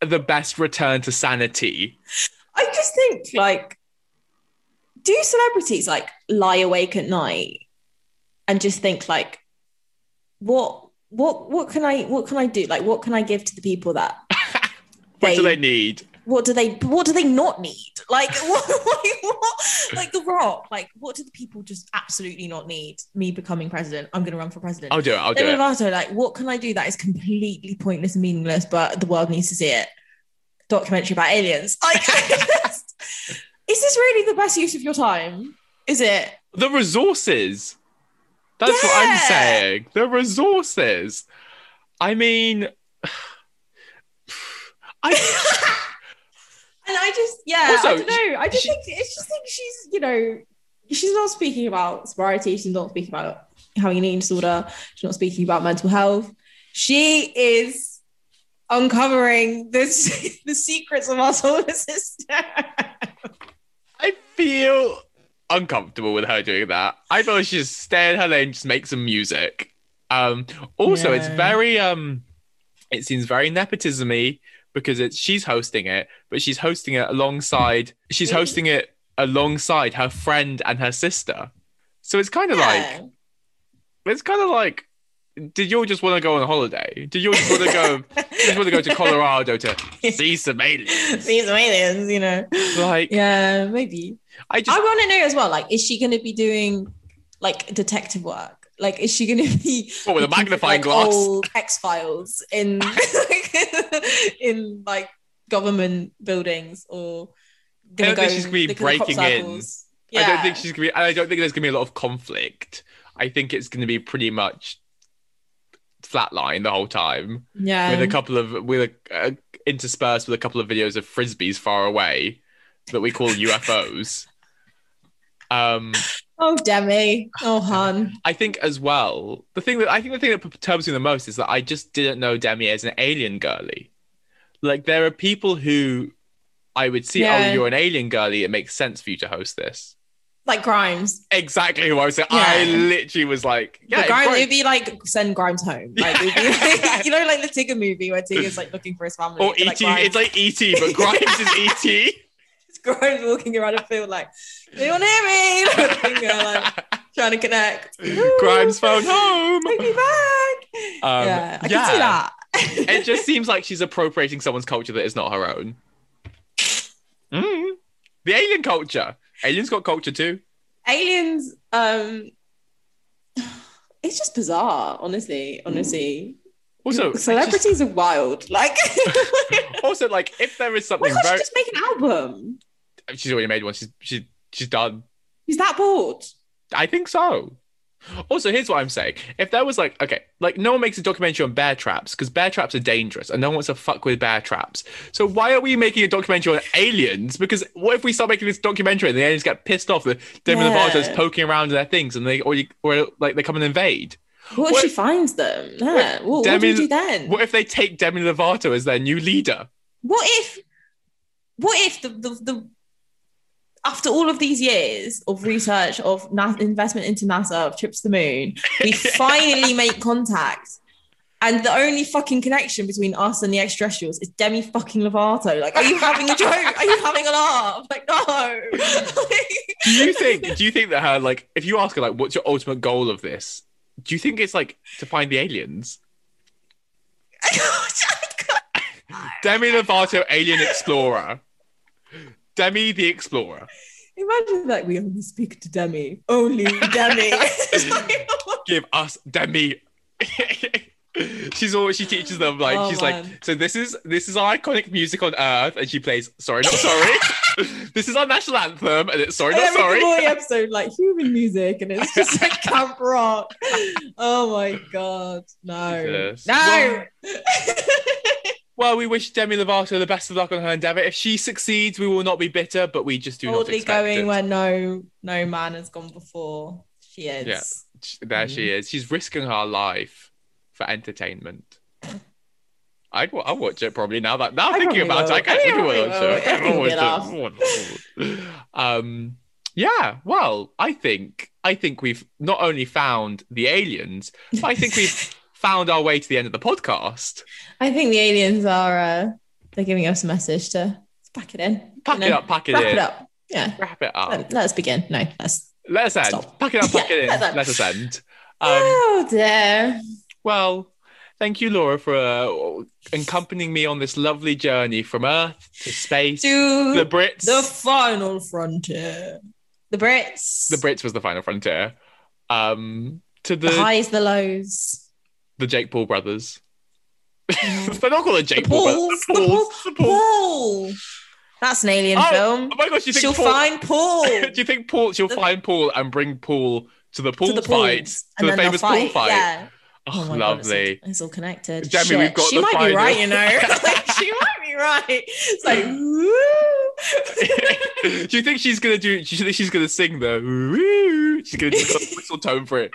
S1: the best return to sanity.
S2: I just think like do celebrities like lie awake at night and just think like what what what can I what can I do? Like what can I give to the people that
S1: What do
S2: They-
S1: they need?
S2: what do they what do they not need? Like what, like, what like the rock, like what do the people just absolutely not need? Me becoming president. I'm gonna run for president.
S1: I'll do it. I'll do
S2: Demi
S1: it.
S2: Lovato, like, what can I do that is completely pointless and meaningless, but the world needs to see it? Documentary about aliens. Like, I just- is this really the best use of your time? Is it?
S1: The resources. That's what I'm
S2: Yeah.
S1: saying. The resources. I mean, I
S2: And I just, yeah, I
S1: Also,
S2: don't know. I just
S1: she-
S2: think it's just think she's, you know, she's not speaking about sobriety. She's not speaking about having an eating disorder. She's not speaking about mental health. She is uncovering this, the secrets of our solar system.
S1: I feel uncomfortable with her doing that. I thought she'd just stay in her lane, just make some music. Um, also, it's
S2: Yeah.
S1: very um, it seems very nepotismy because it's she's hosting it, but she's hosting it alongside she's
S2: Really?
S1: hosting it alongside her friend and her sister. So it's kind of
S2: Yeah.
S1: like it's kind of like, did you all just want to go on a holiday? Did you all just want to go? just want to go to Colorado to see some aliens?
S2: These aliens, you know.
S1: Like,
S2: Yeah, maybe.
S1: I just
S2: I want to know as well. Like, is she going to be doing like detective work? Like, is she going to be
S1: what with a
S2: looking for,
S1: magnifying
S2: like, oh,
S1: glass.
S2: old X Files in in like government buildings or? gonna
S1: I don't think
S2: go
S1: she's gonna be
S2: look at the crop
S1: breaking in.
S2: circles?
S1: I don't think she's gonna be. I don't think there's gonna be a lot of conflict. I think it's gonna be pretty much flatline the whole time,
S2: Yeah.
S1: with a couple of with a uh, interspersed with a couple of videos of frisbees far away that we call UFOs. Um,
S2: oh, Demi. Oh, Han.
S1: I think as well the thing that I think the thing that perturbs me the most is that I just didn't know Demi as an alien girly. Like there are people who I would see,
S2: Yeah.
S1: oh, you're an alien girly. It makes sense for you to host this.
S2: Like Grimes.
S1: exactly who I was saying. I
S2: Yeah.
S1: literally was like, yeah,
S2: but Grimes,
S1: Grimes-
S2: it'd be like send Grimes home. Like, it'd be like- you know, like the Tigger movie where Tigger's like looking for his family.
S1: or E
S2: It'd be
S1: ET.
S2: like, Grimes.
S1: E it's like ET, but Grimes is ET.
S2: Grimes walking around a field like, anyone hear me? Like, finger, like, trying to connect. Woo!
S1: Grimes phone home.
S2: Take me back.
S1: Um,
S2: yeah, I can see that.
S1: it just seems like she's appropriating someone's culture that is not her own. Mm. The alien culture. Aliens got culture too.
S2: aliens um it's just bizarre honestly honestly
S1: Mm. Also,
S2: celebrities are wild like
S1: also like if there is
S2: why
S1: something
S2: can't she
S1: very,
S2: just make an album
S1: she's already made one. She's she, she's done.
S2: he's that bored
S1: I think so. Also, here's what I'm saying. If there was like, okay, like no one makes a documentary on bear traps because bear traps are dangerous and no one wants to fuck with bear traps. So why are we making a documentary on aliens? Because what if we start making this documentary and the aliens get pissed off that Demi
S2: Yeah.
S1: Lovato's poking around in their things and they or, you, or like they come and invade?
S2: what if
S1: What-
S2: she finds them yeah what, what do
S1: Demi-
S2: you do then
S1: What if they take Demi Lovato as their new leader?
S2: what if what if the, the, the after all of these years of research of Na- investment into NASA of trips to the moon, we finally make contact, and the only fucking connection between us and the extraterrestrials is Demi fucking Lovato. Like, are you having a joke? Are you having a laugh? Like, no.
S1: Do you think? do you think that her like, if you ask her like, what's your ultimate goal of this? Do you think it's like to find the aliens? Demi Lovato, alien explorer. Demi the explorer.
S2: Imagine like we only speak to Demi, only Demi. It's like,
S1: Give us Demi. she's always she teaches them like
S2: Oh,
S1: she's
S2: man.
S1: like so this is this is our iconic music on earth and she plays sorry not sorry this is our national anthem and it's sorry not
S2: every
S1: sorry
S2: boy episode like human music and it's just like camp rock oh my god no
S1: Yes.
S2: no
S1: well we wish Demi Lovato the best of luck on her endeavor if she succeeds we will not be bitter but we just do not
S2: boldly
S1: expect
S2: going
S1: it.
S2: where no no man has gone before she is
S1: Yeah. There she
S2: Mm-hmm.
S1: is. She's risking her life for entertainment. I'd wa- I'll watch it probably now that now
S2: I
S1: thinking
S2: probably
S1: about it. I
S2: will.
S1: guess
S2: I
S1: everyone
S2: probably
S1: will.
S2: will.
S1: It. Everyone
S2: Everyone
S1: watches it. Um yeah, well, I think I think we've not only found the aliens, but I think we've found our way to the end of the podcast.
S2: i think the aliens are uh they're giving us a message to pack it in
S1: Pack
S2: you know,
S1: it up, pack it Oh.
S2: wrap
S1: in.
S2: it up yeah
S1: Wrap it up.
S2: Let- let's begin no let's
S1: Let us end.
S2: Stop.
S1: Pack it up, pack
S2: Yeah,
S1: it in.
S2: let us end.
S1: Let us end. Um,
S2: oh dear
S1: Well, thank you, Laura, for uh, accompanying me on this lovely journey from Earth to space.
S2: to
S1: the
S2: the,
S1: Brits.
S2: final frontier the brits
S1: the Brits was the final frontier. Um, to the
S2: the
S1: the,
S2: highs the lows Mm-hmm.
S1: Jake Paul brothers. They're not called the
S2: the
S1: Jake Paul. brothers.
S2: Pauls. The Pauls.
S1: The Pauls.
S2: Paul. That's an alien
S1: Oh,
S2: film.
S1: Oh my gosh! Do you think
S2: She'll
S1: Paul?
S2: find Paul.
S1: do you think Paul? She'll
S2: The-
S1: find Paul and bring Paul to the pool
S2: to the Pauls.
S1: fight, to
S2: And
S1: the
S2: then they'll
S1: famous pool fight.
S2: Yeah.
S1: Oh,
S2: my God, it's all-
S1: lovely.
S2: it's, all, connected.
S1: Demi,
S2: Shit.
S1: we've got
S2: she
S1: the
S2: might be
S1: final.
S2: right, you know. Like, she might be right. It's like, woo.
S1: do you think she's gonna do? Do you think she's gonna sing the? Woo, she's gonna do a whistle tone for it.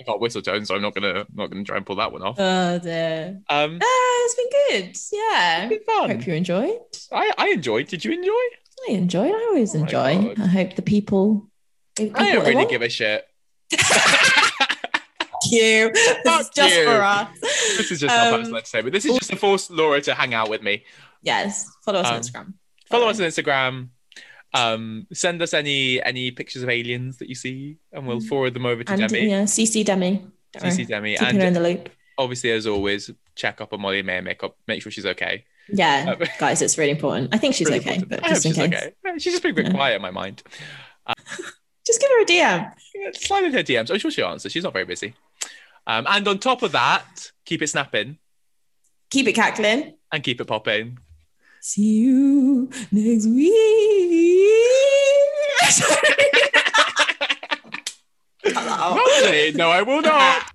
S1: I can't whistle tone, so I'm not gonna not gonna try and pull that one off.
S2: Oh dear.
S1: Um,
S2: Uh, it's been good. Yeah.
S1: it's been
S2: Hope
S1: fun.
S2: you enjoyed.
S1: I, I enjoyed. Did you enjoy?
S2: I enjoyed. I always
S1: Oh my
S2: enjoy.
S1: God.
S2: I hope the people.
S1: I don't really give a shit.
S2: you. This is
S1: Fuck
S2: just
S1: you.
S2: for us.
S1: This is just
S2: Um,
S1: our personal entertainment. This is just to force Laura to hang out with me.
S2: Yes. Follow us on
S1: Um,
S2: Instagram.
S1: Follow us on Instagram. Um, send us any any pictures of aliens that you see, and we'll forward them over to
S2: Mm. and
S1: Demi,
S2: yeah, CC Demi. Don't worry.
S1: CC eh? Demi,
S2: Keep her in
S1: and
S2: the loop.
S1: obviously as always, check up on Molly May, make up, make sure she's okay.
S2: Yeah,
S1: Um,
S2: guys, it's really important. I think she's
S1: Really
S2: okay,
S1: important.
S2: but
S1: I hope
S2: just in
S1: she's
S2: case,
S1: okay. Uh, She's just been a bit
S2: Yeah.
S1: quiet in my mind.
S2: just give her a DM.
S1: Yeah, Slide in her DMs. I'm sure she'll answer. She's not very busy. Um, and on top of that, keep it snapping
S2: Keep it cackling.
S1: and keep it popping.
S2: See you next week. Cut that out.
S1: Lovely. No, I will not.